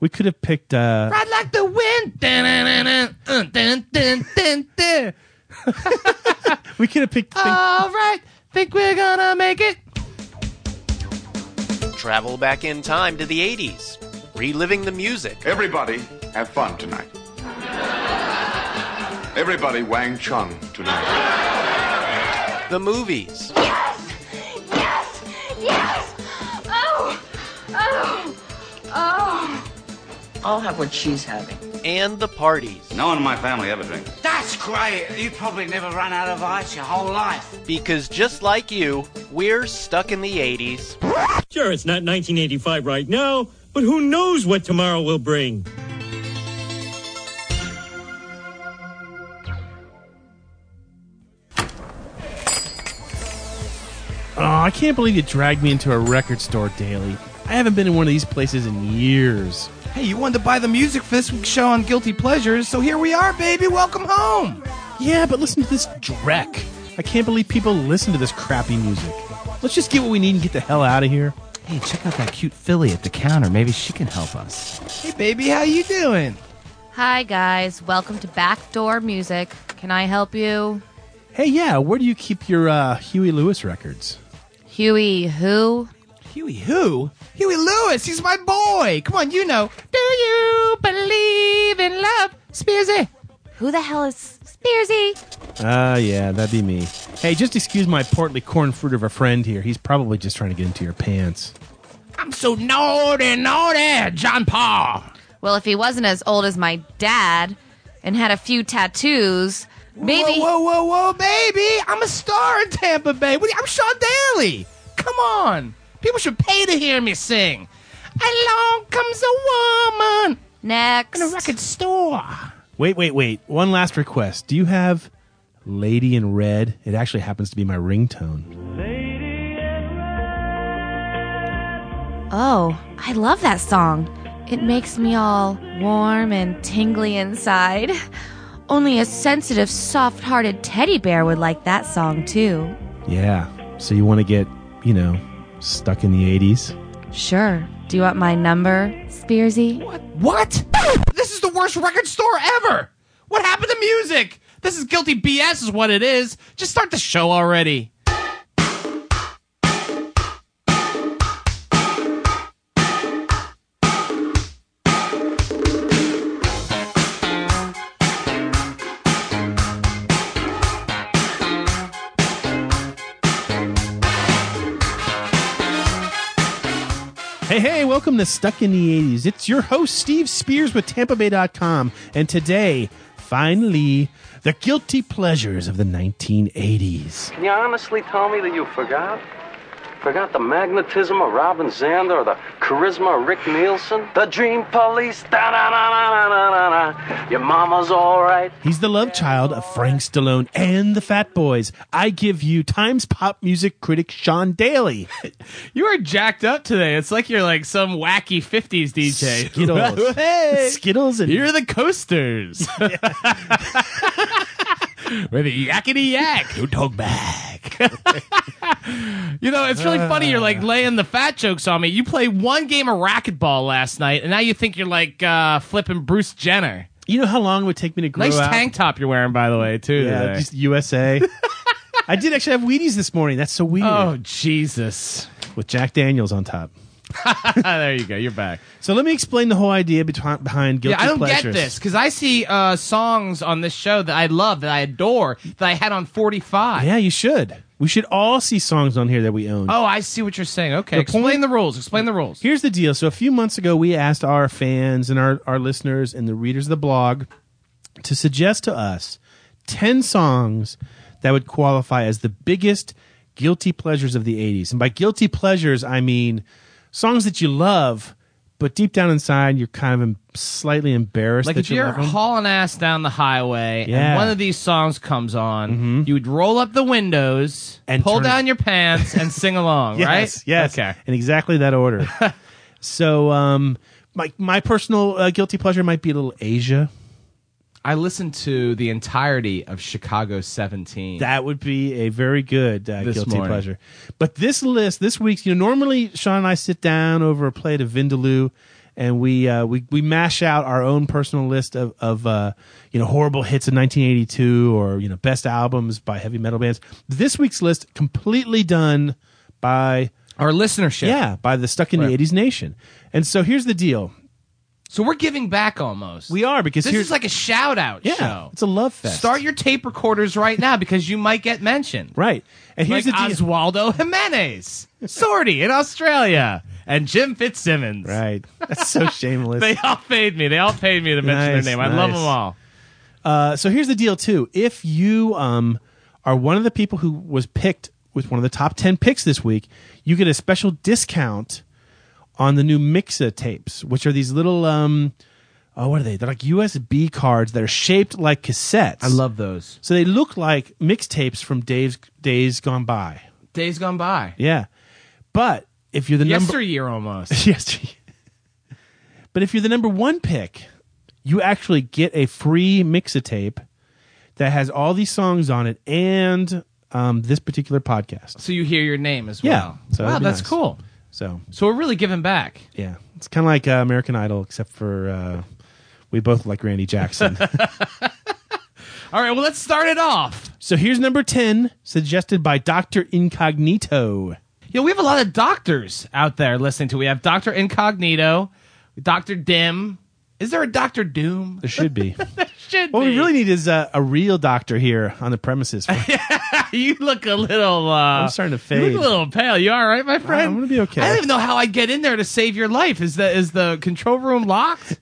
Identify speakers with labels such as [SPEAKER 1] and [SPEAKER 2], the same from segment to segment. [SPEAKER 1] We could have picked. Uh,
[SPEAKER 2] Ride like the wind. Dun-dun-dun-dun, uh, dun-dun-dun-dun.
[SPEAKER 1] we could have picked. Think-
[SPEAKER 2] All right, think we're gonna make it.
[SPEAKER 3] Travel back in time to the 80s, reliving the music,
[SPEAKER 4] Everybody have fun tonight. Everybody Wang Chung tonight.
[SPEAKER 3] the movies,
[SPEAKER 5] Yes! Yes! Yes! Oh! Oh! Oh!
[SPEAKER 6] I'll have what she's having.
[SPEAKER 3] and the parties.
[SPEAKER 4] No one in my family ever drinks.
[SPEAKER 7] That's great. You probably never run out of ice your whole life.
[SPEAKER 3] Because just like you, we're stuck in the 80s.
[SPEAKER 8] Sure, it's not 1985 right now, but who knows what tomorrow will bring?
[SPEAKER 1] Aw, I can't believe you dragged me into a record store daily. I haven't been in one of these places in years.
[SPEAKER 2] Hey, you wanted to buy the music for this week's show on Guilty Pleasures, so here we are, baby. Welcome home.
[SPEAKER 1] Yeah, but listen to this dreck. I can't believe people listen to this crappy music. Let's just get what we need and get the hell out of here.
[SPEAKER 7] Hey, check out that cute filly at the counter. Maybe she can help us.
[SPEAKER 2] Hey, baby, how you doing?
[SPEAKER 9] Hi, guys. Welcome to Backdoor Music. Can I help you?
[SPEAKER 1] Hey, yeah, where do you keep your uh, Huey Lewis records?
[SPEAKER 9] Huey, who?
[SPEAKER 2] Huey who? Huey Lewis. He's my boy. Come on, you know. Do you believe in love, Spearsy?
[SPEAKER 9] Who the hell is Spearsy?
[SPEAKER 1] Ah, yeah, that'd be me. Hey, just excuse my portly corn fruit of a friend here. He's probably just trying to get into your pants.
[SPEAKER 2] I'm so naughty, naughty, John Paul.
[SPEAKER 9] Well, if he wasn't as old as my dad and had a few tattoos, maybe.
[SPEAKER 2] Whoa, whoa, whoa, whoa, baby! I'm a star in Tampa Bay. What do you- I'm Sean Daly. Come on, people should pay to hear me sing. Along comes a woman
[SPEAKER 9] Next.
[SPEAKER 2] in a record store.
[SPEAKER 1] Wait, wait, wait. One last request. Do you have Lady in Red? It actually happens to be my ringtone.
[SPEAKER 9] Oh, I love that song. It makes me all warm and tingly inside. Only a sensitive, soft hearted teddy bear would like that song, too.
[SPEAKER 1] Yeah. So you want to get, you know, stuck in the 80s?
[SPEAKER 9] Sure. Do you want my number, Spearsy?
[SPEAKER 2] What? What? This is the worst record store ever. What happened to music? This is guilty BS, is what it is. Just start the show already.
[SPEAKER 1] Hey, hey, welcome to Stuck in the 80s. It's your host, Steve Spears with TampaBay.com. And today, finally, the guilty pleasures of the 1980s.
[SPEAKER 10] Can you honestly tell me that you forgot? Forgot the magnetism of Robin Zander or the charisma of Rick Nielsen? The Dream Police. Da da da da da da da. Your mama's all right.
[SPEAKER 1] He's the love child of Frank Stallone and the Fat Boys. I give you Times pop music critic Sean Daly.
[SPEAKER 2] You are jacked up today. It's like you're like some wacky 50s DJ.
[SPEAKER 1] Skittles.
[SPEAKER 2] Hey.
[SPEAKER 1] Skittles and
[SPEAKER 2] You're the coasters. We're the yakety yak. You talk back. you know, it's really funny. You're like laying the fat jokes on me. You played one game of racquetball last night, and now you think you're like uh, flipping Bruce Jenner.
[SPEAKER 1] You know how long it would take me to grow
[SPEAKER 2] Nice
[SPEAKER 1] out?
[SPEAKER 2] tank top you're wearing, by the way, too.
[SPEAKER 1] Yeah,
[SPEAKER 2] today.
[SPEAKER 1] just USA. I did actually have Wheaties this morning. That's so weird.
[SPEAKER 2] oh, Jesus.
[SPEAKER 1] With Jack Daniels on top. Ah,
[SPEAKER 2] there you go. You're back.
[SPEAKER 1] So let me explain the whole idea betwi- behind guilty
[SPEAKER 2] Yeah, I don't get
[SPEAKER 1] pleasures.
[SPEAKER 2] this because I see uh, songs on this show that I love, that I adore, that I had on 45.
[SPEAKER 1] Yeah, you should. We should all see songs on here that we own.
[SPEAKER 2] Oh, I see what you're saying. Okay,
[SPEAKER 1] The
[SPEAKER 2] explain
[SPEAKER 1] point-
[SPEAKER 2] the rules. Explain the rules.
[SPEAKER 1] Here's the deal. So a few months ago, we asked our fans and our, our listeners and the readers of the blog to suggest to us 10 songs that would qualify as the biggest guilty pleasures of the 80s. And by guilty pleasures, I mean songs that you love, but deep down inside, you're kind of em- slightly embarrassed
[SPEAKER 2] Like
[SPEAKER 1] that
[SPEAKER 2] if
[SPEAKER 1] you
[SPEAKER 2] you're
[SPEAKER 1] love 'em.
[SPEAKER 2] hauling ass down the highway
[SPEAKER 1] Yeah. Mm-hmm.
[SPEAKER 2] and one of these songs comes on, you would roll up the windows
[SPEAKER 1] And
[SPEAKER 2] pull
[SPEAKER 1] turn it-
[SPEAKER 2] down your pants and sing along,
[SPEAKER 1] yes,
[SPEAKER 2] right?
[SPEAKER 1] Yes.
[SPEAKER 2] Okay.
[SPEAKER 1] In exactly that order. so, um, my, my personal uh, guilty pleasure might be a little Asia.
[SPEAKER 2] I listened to the entirety of Chicago 17.
[SPEAKER 1] That would be a very good uh,
[SPEAKER 2] This
[SPEAKER 1] guilty
[SPEAKER 2] morning.
[SPEAKER 1] pleasure. But this list, this week's, you know, normally Sean and I sit down over a plate of Vindaloo and we uh, we we mash out our own personal list of of uh, you know horrible hits of 1982 or you know best albums by heavy metal bands. This week's list completely done by
[SPEAKER 2] Our listenership.
[SPEAKER 1] yeah by the Stuck in
[SPEAKER 2] Right.
[SPEAKER 1] the 80s Nation. And so here's the deal:
[SPEAKER 2] So we're giving back almost.
[SPEAKER 1] we are because
[SPEAKER 2] This
[SPEAKER 1] here's
[SPEAKER 2] is like a shout out
[SPEAKER 1] yeah,
[SPEAKER 2] show.
[SPEAKER 1] it's a love fest.
[SPEAKER 2] Start your tape recorders right now because you might get mentioned.
[SPEAKER 1] right, and here's
[SPEAKER 2] like
[SPEAKER 1] the deal.
[SPEAKER 2] Oswaldo Jimenez, Sortie in Australia, and Jim Fitzsimmons.
[SPEAKER 1] Right, that's so shameless.
[SPEAKER 2] They all paid me. They all paid me to mention
[SPEAKER 1] Nice,
[SPEAKER 2] their name. I love
[SPEAKER 1] nice.
[SPEAKER 2] them all.
[SPEAKER 1] Uh, so here's the deal too. If you um, are one of the people who was picked with one of the top 10 picks this week, you get a special discount on the new Mixa tapes, which are these little um, oh what are they? They're like USB cards that are shaped like cassettes.
[SPEAKER 2] those.
[SPEAKER 1] So they look like mixtapes from days days gone by.
[SPEAKER 2] Days gone by.
[SPEAKER 1] Yeah. But if you're the number
[SPEAKER 2] Yesteryear almost.
[SPEAKER 1] yesterday. But if you're the number one pick, you actually get a free mixtape that has all these songs on it and um, this particular podcast.
[SPEAKER 2] So you hear your name as
[SPEAKER 1] Yeah,
[SPEAKER 2] well.
[SPEAKER 1] so
[SPEAKER 2] wow,
[SPEAKER 1] that'd be
[SPEAKER 2] that's
[SPEAKER 1] nice.
[SPEAKER 2] cool.
[SPEAKER 1] So
[SPEAKER 2] So we're really giving back.
[SPEAKER 1] yeah, it's kind of like uh, American Idol, except for uh, we both like Randy Jackson.
[SPEAKER 2] All right, well, let's start it off.
[SPEAKER 1] so here's number ten, suggested by Doctor Incognito.
[SPEAKER 2] You know, we have a lot of doctors out there listening to. We have Dr. Incognito, Dr. Dim. Is there a Dr. Doom?
[SPEAKER 1] There should be.
[SPEAKER 2] Should
[SPEAKER 1] what we
[SPEAKER 2] be.
[SPEAKER 1] really need is uh, a real doctor here on the premises.
[SPEAKER 2] You look a little. Uh,
[SPEAKER 1] I'm starting to
[SPEAKER 2] You
[SPEAKER 1] fade.
[SPEAKER 2] look a little pale. You all right, my friend?
[SPEAKER 1] I'm gonna be okay.
[SPEAKER 2] I don't even know how I get in there to save your life. Is the is the control room locked?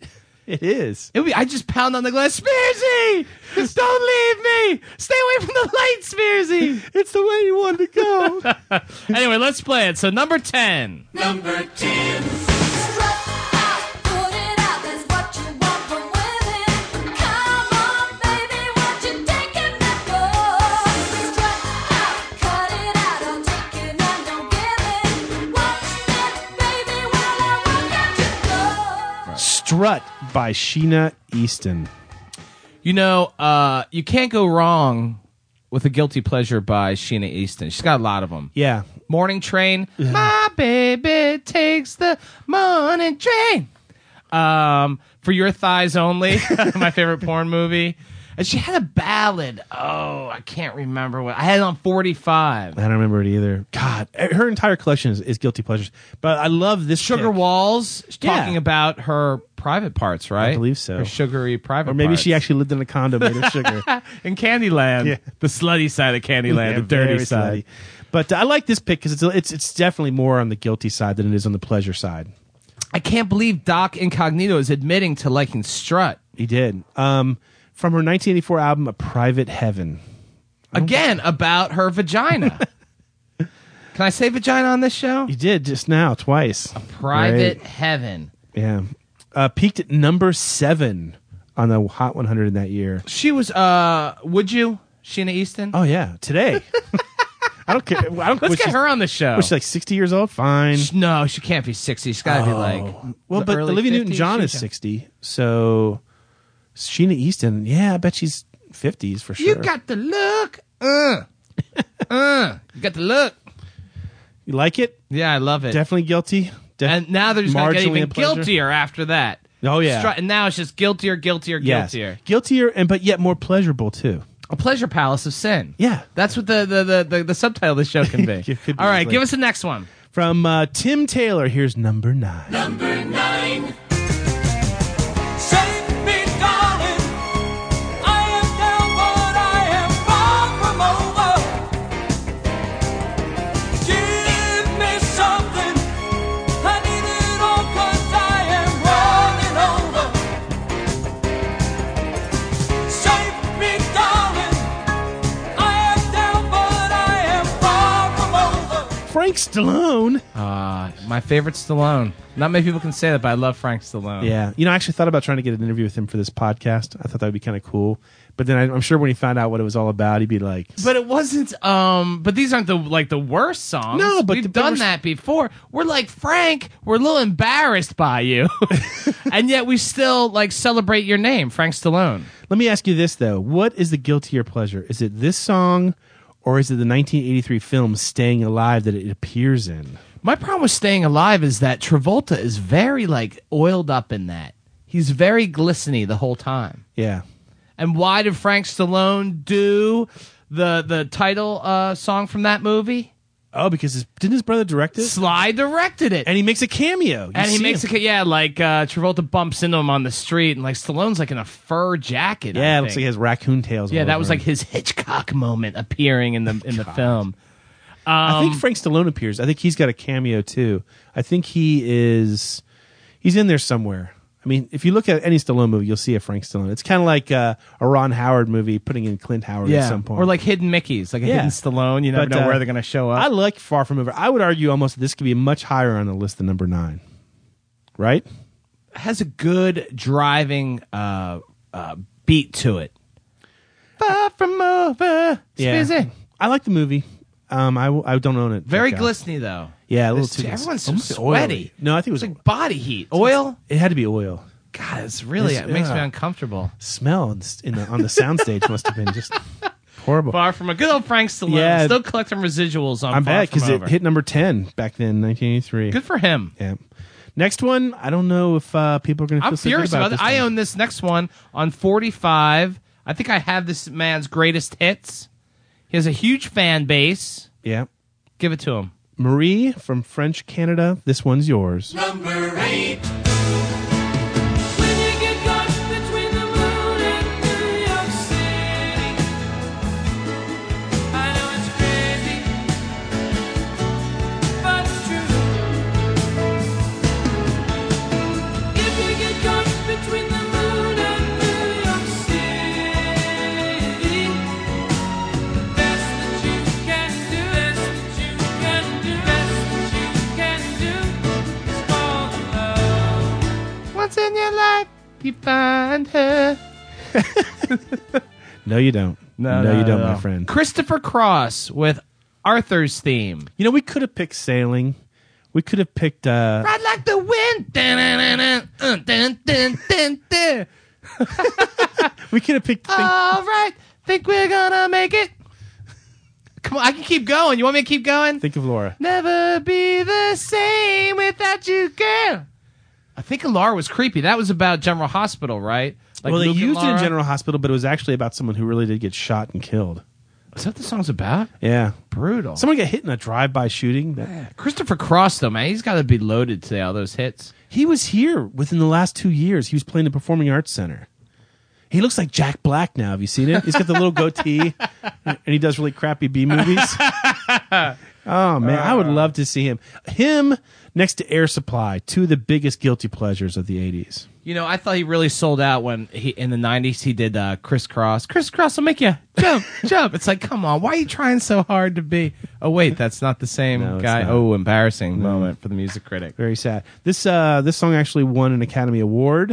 [SPEAKER 1] it is.
[SPEAKER 2] It would be, I just pound on the glass. Spearsy, just don't leave me. Stay away from the light, Spearsy.
[SPEAKER 1] It's the way you want to go.
[SPEAKER 2] anyway, let's play it. So number ten.
[SPEAKER 5] Strut out, put it out. That's what you want from women. Come on, baby, what you taking that for? Strut out, cut it out. I'm taking and don't give in. Watch it, baby, while I walk out your door.
[SPEAKER 1] Strut by Sheena Easton.
[SPEAKER 2] You know, uh, you can't go wrong with a guilty pleasure by Sheena Easton. She's got a lot of them.
[SPEAKER 1] Yeah.
[SPEAKER 2] Morning Train. My baby takes the morning train. Um, for your thighs only. my favorite porn movie. And she had a ballad. Oh, I can't remember what I had it on forty five.
[SPEAKER 1] I don't remember it either. God, eh, her entire collection is, is guilty pleasures. But I love this
[SPEAKER 2] Sugar
[SPEAKER 1] pick.
[SPEAKER 2] Walls she's
[SPEAKER 1] Yeah.
[SPEAKER 2] talking about her private parts, right? I
[SPEAKER 1] believe so.
[SPEAKER 2] Her sugary private
[SPEAKER 1] Or maybe she
[SPEAKER 2] parts.
[SPEAKER 1] actually lived in a condo made of sugar.
[SPEAKER 2] in Candyland.
[SPEAKER 1] Yeah.
[SPEAKER 2] The slutty side of Candyland,
[SPEAKER 1] Yeah,
[SPEAKER 2] the dirty
[SPEAKER 1] very
[SPEAKER 2] side.
[SPEAKER 1] slutty. But uh, I like this pick because it's, it's it's definitely more on the guilty side than it is on the pleasure side.
[SPEAKER 2] I can't believe Doc Incognito is admitting to liking strut.
[SPEAKER 1] He did. Um, from her 1984 album, A Private Heaven.
[SPEAKER 2] again about her vagina. Can I say vagina on this show?
[SPEAKER 1] He did just now, twice.
[SPEAKER 2] Private
[SPEAKER 1] Right.
[SPEAKER 2] heaven.
[SPEAKER 1] Yeah. Uh, peaked at number seven on the Hot 100 in that year.
[SPEAKER 2] She was. uh Would you, Sheena Easton?
[SPEAKER 1] Oh, yeah. Today. I don't care. I don't,
[SPEAKER 2] Let's
[SPEAKER 1] was
[SPEAKER 2] get
[SPEAKER 1] she-
[SPEAKER 2] her on the show.
[SPEAKER 1] Was she like 60 years old? Fine.
[SPEAKER 2] no, she can't be sixty. She's got to be like.
[SPEAKER 1] Oh. Well,
[SPEAKER 2] the
[SPEAKER 1] but
[SPEAKER 2] early
[SPEAKER 1] Olivia Newton
[SPEAKER 2] 50s.
[SPEAKER 1] John
[SPEAKER 2] She-
[SPEAKER 1] is 60. So Sheena Easton, yeah, I bet she's 50s for sure.
[SPEAKER 2] You got the look. Uh, uh. You got the look.
[SPEAKER 1] You like it?
[SPEAKER 2] Yeah, I love it.
[SPEAKER 1] Definitely guilty. Def-
[SPEAKER 2] and now they're just gonna get
[SPEAKER 1] marginally
[SPEAKER 2] even
[SPEAKER 1] a pleasure.
[SPEAKER 2] guiltier after that.
[SPEAKER 1] Oh, yeah.
[SPEAKER 2] Str- and now it's just guiltier, guiltier,
[SPEAKER 1] Yes.
[SPEAKER 2] guiltier.
[SPEAKER 1] Guiltier, and but yet more pleasurable too.
[SPEAKER 2] A pleasure palace of sin.
[SPEAKER 1] Yeah.
[SPEAKER 2] That's what the the, the, the, the subtitle of the show can be.
[SPEAKER 1] It could be
[SPEAKER 2] All right,
[SPEAKER 1] easily.
[SPEAKER 2] give us the next one.
[SPEAKER 1] From uh, Tim Taylor, here's number nine.
[SPEAKER 5] Save me, darling. I am down, but I am far from over. Give me something. I need it all 'cause I am running over. Save me, darling. I am down, but I am far from over.
[SPEAKER 1] Frank Stallone.
[SPEAKER 2] Uh, My favorite Stallone. Not many people can say that, but I love Frank Stallone.
[SPEAKER 1] Yeah, you know, I actually thought about trying to get an interview with him for this podcast. I thought that would be kind of cool. But then I, I'm sure when he found out what it was all about, he'd be like,
[SPEAKER 2] But it wasn't um but these aren't the like the worst songs.
[SPEAKER 1] No, but
[SPEAKER 2] we've
[SPEAKER 1] the- they
[SPEAKER 2] done
[SPEAKER 1] were-
[SPEAKER 2] that before. We're like, Frank, we're a little embarrassed by you. and yet we still like celebrate your name, Frank Stallone.
[SPEAKER 1] Let me ask you this though: What is the guiltier pleasure? Is it this song, or is it the 1983 film Staying Alive that it appears in?
[SPEAKER 2] My problem with staying alive is that Travolta is very like oiled up in that. He's very glisteny the whole time.
[SPEAKER 1] Yeah.
[SPEAKER 2] And why did Frank Stallone do the the title uh, song from that movie?
[SPEAKER 1] Oh, because his, didn't his brother direct it?
[SPEAKER 2] Sly directed it.
[SPEAKER 1] And he makes a cameo. You
[SPEAKER 2] and he
[SPEAKER 1] see
[SPEAKER 2] makes
[SPEAKER 1] him.
[SPEAKER 2] a yeah, like uh, Travolta bumps into him on the street, and like Stallone's like in a fur jacket. I
[SPEAKER 1] Yeah, it looks
[SPEAKER 2] think.
[SPEAKER 1] like he has raccoon tails.
[SPEAKER 2] yeah,
[SPEAKER 1] all
[SPEAKER 2] that
[SPEAKER 1] over
[SPEAKER 2] was
[SPEAKER 1] him.
[SPEAKER 2] like his Hitchcock moment appearing in the in the film.
[SPEAKER 1] I
[SPEAKER 2] um,
[SPEAKER 1] think Frank Stallone appears. I think he's got a cameo too. I think he is he's in there somewhere. I mean, if you look at any Stallone movie, you'll see a Frank Stallone. It's kind of like uh, a Ron Howard movie putting in Clint Howard at some point.
[SPEAKER 2] or like hidden Mickey's, like a
[SPEAKER 1] Yeah.
[SPEAKER 2] hidden Stallone. You never
[SPEAKER 1] But,
[SPEAKER 2] know
[SPEAKER 1] uh,
[SPEAKER 2] where they're gonna show up.
[SPEAKER 1] I like Far From Over. I would argue almost this could be much higher on the list than number nine, right?
[SPEAKER 2] has a good driving uh, uh, beat to it. Far from over. It's busy.
[SPEAKER 1] I like the movie. Um, I, w- I don't own it. uh,
[SPEAKER 2] Very
[SPEAKER 1] Thank God.
[SPEAKER 2] glistening though.
[SPEAKER 1] Yeah, a little
[SPEAKER 2] It's-
[SPEAKER 1] too.
[SPEAKER 2] Everyone's so
[SPEAKER 1] almost
[SPEAKER 2] sweaty.
[SPEAKER 1] oily. No, I think it was.
[SPEAKER 2] it's like body heat, oil.
[SPEAKER 1] it had to be oil.
[SPEAKER 2] God, it's really
[SPEAKER 1] It's-
[SPEAKER 2] it makes me
[SPEAKER 1] yeah.
[SPEAKER 2] uncomfortable.
[SPEAKER 1] Smell in the, in the, on the soundstage must have been just horrible.
[SPEAKER 2] Far from a good old Frank Stallone.
[SPEAKER 1] Yeah.
[SPEAKER 2] Still collecting residuals on.
[SPEAKER 1] I'm
[SPEAKER 2] Far
[SPEAKER 1] bad
[SPEAKER 2] From
[SPEAKER 1] because it
[SPEAKER 2] Over.
[SPEAKER 1] hit number ten back then, 1983.
[SPEAKER 2] Good for him.
[SPEAKER 1] Yeah. Next one, I don't know if uh, people are going to.
[SPEAKER 2] I'm
[SPEAKER 1] feel so good
[SPEAKER 2] furious about,
[SPEAKER 1] this
[SPEAKER 2] it. I
[SPEAKER 1] one.
[SPEAKER 2] own this next one on 45. I think I have this man's greatest hits. He has a huge fan base.
[SPEAKER 1] Yeah,
[SPEAKER 2] Give it to him.
[SPEAKER 1] Marie from French Canada. This one's yours.
[SPEAKER 2] Once in your life, you find her.
[SPEAKER 1] No, you don't.
[SPEAKER 2] No,
[SPEAKER 1] you don't,
[SPEAKER 2] no.
[SPEAKER 1] my friend.
[SPEAKER 2] Christopher Cross with Arthur's theme.
[SPEAKER 1] You know, we could have picked sailing. We could have picked. uh
[SPEAKER 2] Ride like the wind. Dun, dun, dun, dun, dun, dun, dun, dun.
[SPEAKER 1] We could have picked. think-
[SPEAKER 2] All right, think we're gonna make it. Come on, I can keep going. You want me to keep going?
[SPEAKER 1] think of Laura.
[SPEAKER 2] Never be the same without you, girl. I think Alara was creepy. That was about General Hospital, right? Like
[SPEAKER 1] well, they
[SPEAKER 2] Luke and
[SPEAKER 1] used it in
[SPEAKER 2] Lara?
[SPEAKER 1] General Hospital, but it was actually about someone who really did get shot and killed.
[SPEAKER 2] Is that what the song's about?
[SPEAKER 1] Yeah,
[SPEAKER 2] Brutal.
[SPEAKER 1] someone got hit in a drive-by shooting. That-
[SPEAKER 2] Christopher Cross, though, man, he's got to be loaded today. All those hits.
[SPEAKER 1] He was here within the last two years. He was playing the Performing Arts Center. He looks like Jack Black now. Have you seen it? He's got the little goatee, and he does really crappy B movies. oh man, I would love to see him. Him next to Air Supply, two of the biggest guilty pleasures of the '80s.
[SPEAKER 2] You know, I thought he really sold out when he in the '90s he did uh, crisscross. Crisscross will make you jump, jump. It's like, come on, why are you trying so hard to be? Oh wait, that's not the same
[SPEAKER 1] No, it's
[SPEAKER 2] guy.
[SPEAKER 1] not.
[SPEAKER 2] Oh, embarrassing moment for the music critic.
[SPEAKER 1] Very sad. This uh, this song actually won an Academy Award,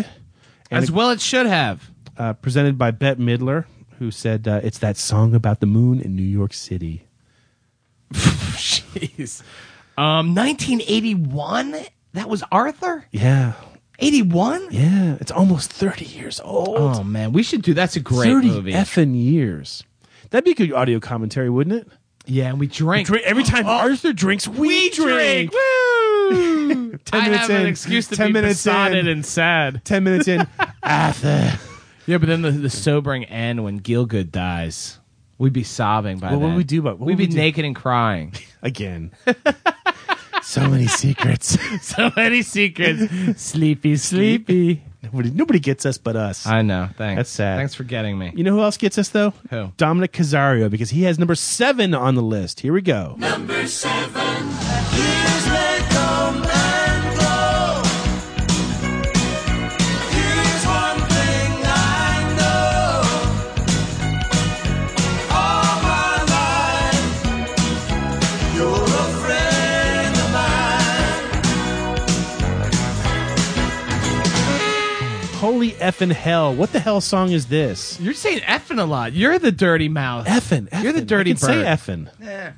[SPEAKER 1] and
[SPEAKER 2] As well, it should have.
[SPEAKER 1] uh, presented by Bette Midler, who said uh, it's that song about the moon in New York City.
[SPEAKER 2] Jeez. Um, 1981. That was Arthur.
[SPEAKER 1] Yeah,
[SPEAKER 2] 81.
[SPEAKER 1] yeah, it's almost thirty years old.
[SPEAKER 2] Oh man, we should do. That's a great
[SPEAKER 1] 30
[SPEAKER 2] movie.
[SPEAKER 1] effing years. That'd be good audio commentary, wouldn't it?
[SPEAKER 2] yeah, and we drank.
[SPEAKER 1] Drink, every time Arthur drinks, we,
[SPEAKER 2] we
[SPEAKER 1] drink.
[SPEAKER 2] drink.
[SPEAKER 1] Woo! ten
[SPEAKER 2] I
[SPEAKER 1] minutes
[SPEAKER 2] have
[SPEAKER 1] in.
[SPEAKER 2] an excuse to
[SPEAKER 1] ten
[SPEAKER 2] be
[SPEAKER 1] minutes
[SPEAKER 2] besotted
[SPEAKER 1] in.
[SPEAKER 2] and sad.
[SPEAKER 1] ten minutes in. Arthur.
[SPEAKER 2] Yeah, but then the, the sobering end when Gilgood dies, we'd be sobbing by
[SPEAKER 1] Well, what
[SPEAKER 2] then.
[SPEAKER 1] would we do about- what
[SPEAKER 2] We'd
[SPEAKER 1] would
[SPEAKER 2] be
[SPEAKER 1] we do?
[SPEAKER 2] naked and crying.
[SPEAKER 1] Again. so many secrets.
[SPEAKER 2] so many secrets. sleepy, sleepy.
[SPEAKER 1] nobody, nobody gets us but us.
[SPEAKER 2] I know. Thanks.
[SPEAKER 1] That's sad.
[SPEAKER 2] Thanks for getting me.
[SPEAKER 1] you know who else gets us though?
[SPEAKER 2] Who?
[SPEAKER 1] Dominic Casario, because he has number seven on the list. Here we go. Holy effing hell! What the hell song is this?
[SPEAKER 2] You're saying effing a lot. You're the dirty mouth.
[SPEAKER 1] Effin',
[SPEAKER 2] You're the
[SPEAKER 1] effin'.
[SPEAKER 2] dirty
[SPEAKER 1] I can
[SPEAKER 2] bird.
[SPEAKER 1] Say effin'.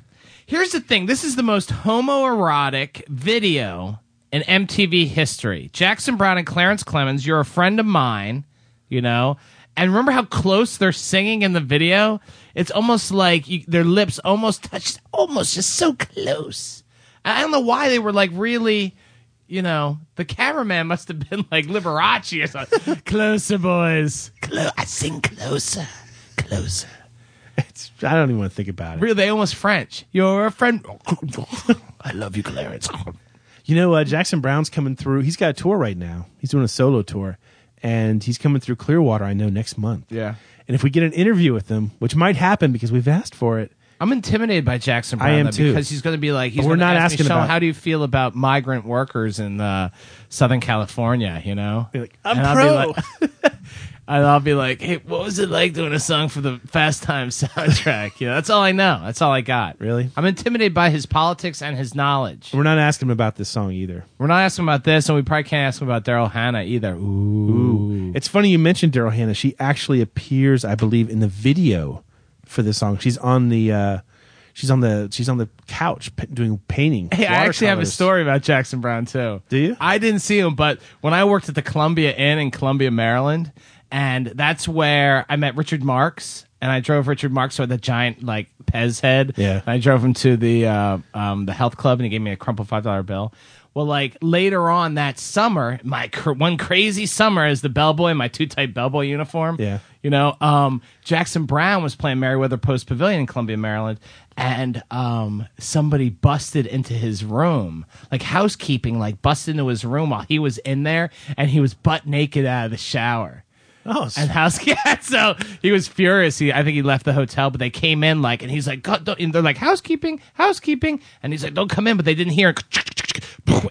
[SPEAKER 2] Here's the thing this is the most homoerotic video in MTV history. Jackson Brown and Clarence Clemens, you're a friend of mine, you know, And remember how close they're singing in the video? It's almost like you, their lips almost touched, almost just so close. And I don't know why they were like really, you know, the cameraman must have been like Liberace or something. closer, boys. Clo- I sing closer, closer.
[SPEAKER 1] It's, I don't even want to think about it.
[SPEAKER 2] Really, they almost French. You're a friend. I love you, Clarence.
[SPEAKER 1] You know, uh, Jackson Brown's coming through. He's got a tour right now. He's doing a solo tour, and he's coming through Clearwater. I know next month.
[SPEAKER 2] Yeah.
[SPEAKER 1] And if we get an interview with him, which might happen because we've asked for it,
[SPEAKER 2] I'm intimidated by Jackson
[SPEAKER 1] I
[SPEAKER 2] Brown
[SPEAKER 1] am
[SPEAKER 2] though,
[SPEAKER 1] too.
[SPEAKER 2] because he's going to be like, he's
[SPEAKER 1] But we're
[SPEAKER 2] gonna
[SPEAKER 1] not
[SPEAKER 2] ask me,
[SPEAKER 1] asking
[SPEAKER 2] "Sean,
[SPEAKER 1] about-
[SPEAKER 2] how do you feel about migrant workers in uh, Southern California? You know,
[SPEAKER 1] Be like, "I'm
[SPEAKER 2] And I'll
[SPEAKER 1] pro."
[SPEAKER 2] be like- and I'll be like, hey, what was it like doing a song for the Fast Time soundtrack? you know, that's all I know. That's all I got.
[SPEAKER 1] Really?
[SPEAKER 2] I'm intimidated by his politics and his knowledge.
[SPEAKER 1] we're not asking him about this song either.
[SPEAKER 2] We're not asking about this, and we probably can't ask him about Daryl Hannah either. Ooh.
[SPEAKER 1] It's funny you mentioned Daryl Hannah. She actually appears, I believe, in the video for this song. She's on the uh, she's on the she's on the couch p- doing painting.
[SPEAKER 2] Hey, I actually have a
[SPEAKER 1] watercolors.
[SPEAKER 2] story about Jackson Brown too.
[SPEAKER 1] Do you?
[SPEAKER 2] I didn't see him, but when I worked at the Columbia Inn in Columbia, Maryland, and that's where I met Richard Marks, and I drove Richard Marks with the giant like Pez head.
[SPEAKER 1] Yeah.
[SPEAKER 2] And I drove him to the uh, um, the health club, and he gave me a crumpled five dollar bill. Well, like later on that summer, my cr- one crazy summer as the bellboy, in my two tight bellboy uniform.
[SPEAKER 1] Yeah.
[SPEAKER 2] You know, um, Jackson Brown was playing Meriwether Post Pavilion in Columbia, Maryland, and um, somebody busted into his room, like housekeeping, like busted into his room while he was in there, and he was butt naked out of the shower.
[SPEAKER 1] Oh, s-
[SPEAKER 2] And house, yeah. So he was furious. He, I think he left the hotel, but they came in like, and he's like, God, don't, and they're like, housekeeping, housekeeping, and he's like, don't come in, but they didn't hear. it.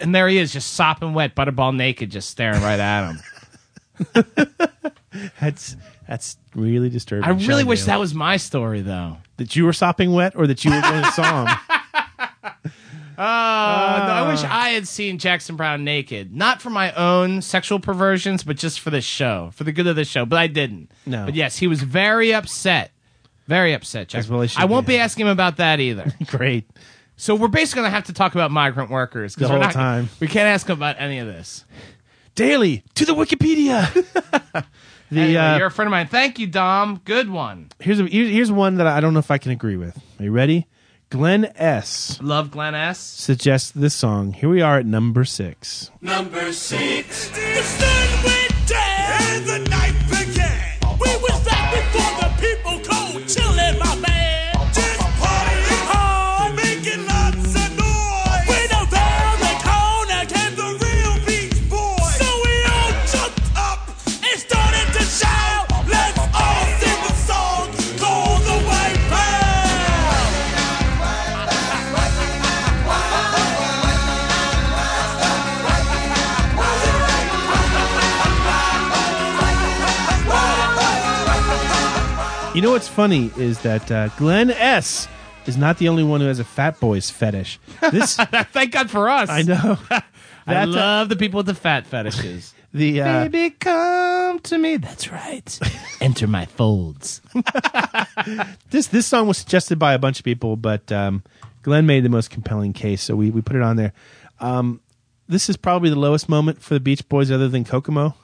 [SPEAKER 2] And there he is, just sopping wet, butterball naked, just staring right at him.
[SPEAKER 1] that's that's really disturbing.
[SPEAKER 2] I really
[SPEAKER 1] Sean
[SPEAKER 2] wish
[SPEAKER 1] Dale.
[SPEAKER 2] that was my story, though.
[SPEAKER 1] that you were sopping wet or that you were going to saw him.
[SPEAKER 2] Uh, no, I wish I had seen Jackson Brown naked, not for my own sexual perversions, but just for the show, for the good of the show. But I didn't.
[SPEAKER 1] No.
[SPEAKER 2] But yes, he was very upset, very upset. Jackson.
[SPEAKER 1] well he should
[SPEAKER 2] I won't
[SPEAKER 1] be.
[SPEAKER 2] be asking him about that either.
[SPEAKER 1] Great.
[SPEAKER 2] so we're basically gonna have to talk about migrant workers
[SPEAKER 1] The
[SPEAKER 2] because we're
[SPEAKER 1] whole
[SPEAKER 2] not
[SPEAKER 1] time.
[SPEAKER 2] we can't ask him about any of this.
[SPEAKER 1] Daily to the Wikipedia. the
[SPEAKER 2] Anyway,
[SPEAKER 1] uh,
[SPEAKER 2] you're a friend of mine. Thank you, Dom. Good one.
[SPEAKER 1] here's a, here's here's one that I don't know if I can agree with. Are you ready? Glenn S
[SPEAKER 2] Love Glenn S.
[SPEAKER 1] suggests this song. Here we are at number six.
[SPEAKER 7] Number six.
[SPEAKER 5] The sun went down and the night began. We was back before the people cold, chilling my man. Just partying hard, making lots of noise. When around the corner came the real beach boy. So we all jumped up and started to shout. Let's all sing a song called the White Power.
[SPEAKER 1] You know what's funny is that uh, Glenn S is not the only one who has a fat boys fetish. This
[SPEAKER 2] Thank God for us.
[SPEAKER 1] I know.
[SPEAKER 2] I
[SPEAKER 1] That, uh,
[SPEAKER 2] love the people with the fat fetishes.
[SPEAKER 1] the uh,
[SPEAKER 2] Baby, come to me. That's right. Enter my folds.
[SPEAKER 1] this this song was suggested by a bunch of people, but um, Glenn made the most compelling case, so we we put it on there. Um, this is probably the lowest moment for the Beach Boys, other than Kokomo.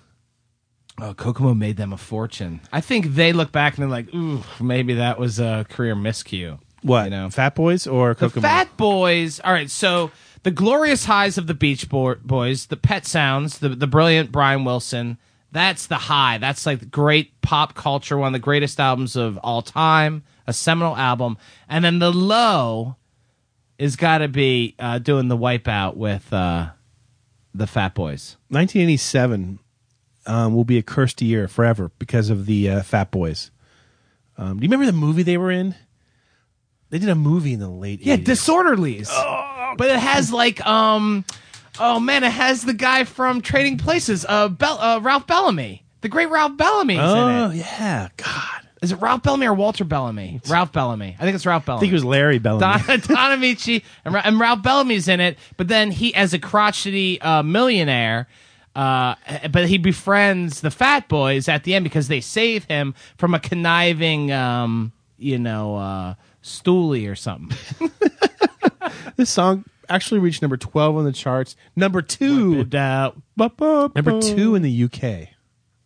[SPEAKER 2] Oh, Kokomo made them a fortune. I think they look back and they're like, ooh, maybe that was a career miscue.
[SPEAKER 1] What
[SPEAKER 2] You know?
[SPEAKER 1] Fat Boys or
[SPEAKER 2] The
[SPEAKER 1] Kokomo?
[SPEAKER 2] Fat Boys. All right, so the glorious highs of the Beach Bo- Boys, the Pet Sounds, the the brilliant Brian Wilson. That's the high. That's like the great pop culture, one of the greatest albums of all time, a seminal album. And then the low is got to be uh, doing the wipeout with uh, the Fat Boys.
[SPEAKER 1] 1987 um, will be a cursed year forever because of the uh, Fat Boys. Um, do you remember the movie they were in? They did a movie in the late
[SPEAKER 2] Yeah,
[SPEAKER 1] 80s.
[SPEAKER 2] disorderlies.
[SPEAKER 1] Oh,
[SPEAKER 2] But it has like um oh man, it has the guy from Trading Places, uh, Bel- uh Ralph Bellamy. The great Ralph Bellamy is
[SPEAKER 1] Oh
[SPEAKER 2] in it.
[SPEAKER 1] yeah, God.
[SPEAKER 2] Is it Ralph Bellamy or Walter Bellamy? Ralph Bellamy. I think it's Ralph Bellamy.
[SPEAKER 1] I think it was Larry Bellamy.
[SPEAKER 2] Don, Don Amici and, Ra- and Ralph Bellamy's in it, but then he, as a crotchety uh, millionaire, uh, but he befriends the Fat Boys at the end because they save him from a conniving, um, you know, uh, stoolie or something.
[SPEAKER 1] This song actually reached number 12 on the charts. Number two.
[SPEAKER 2] But, uh,
[SPEAKER 1] Number two in the UK.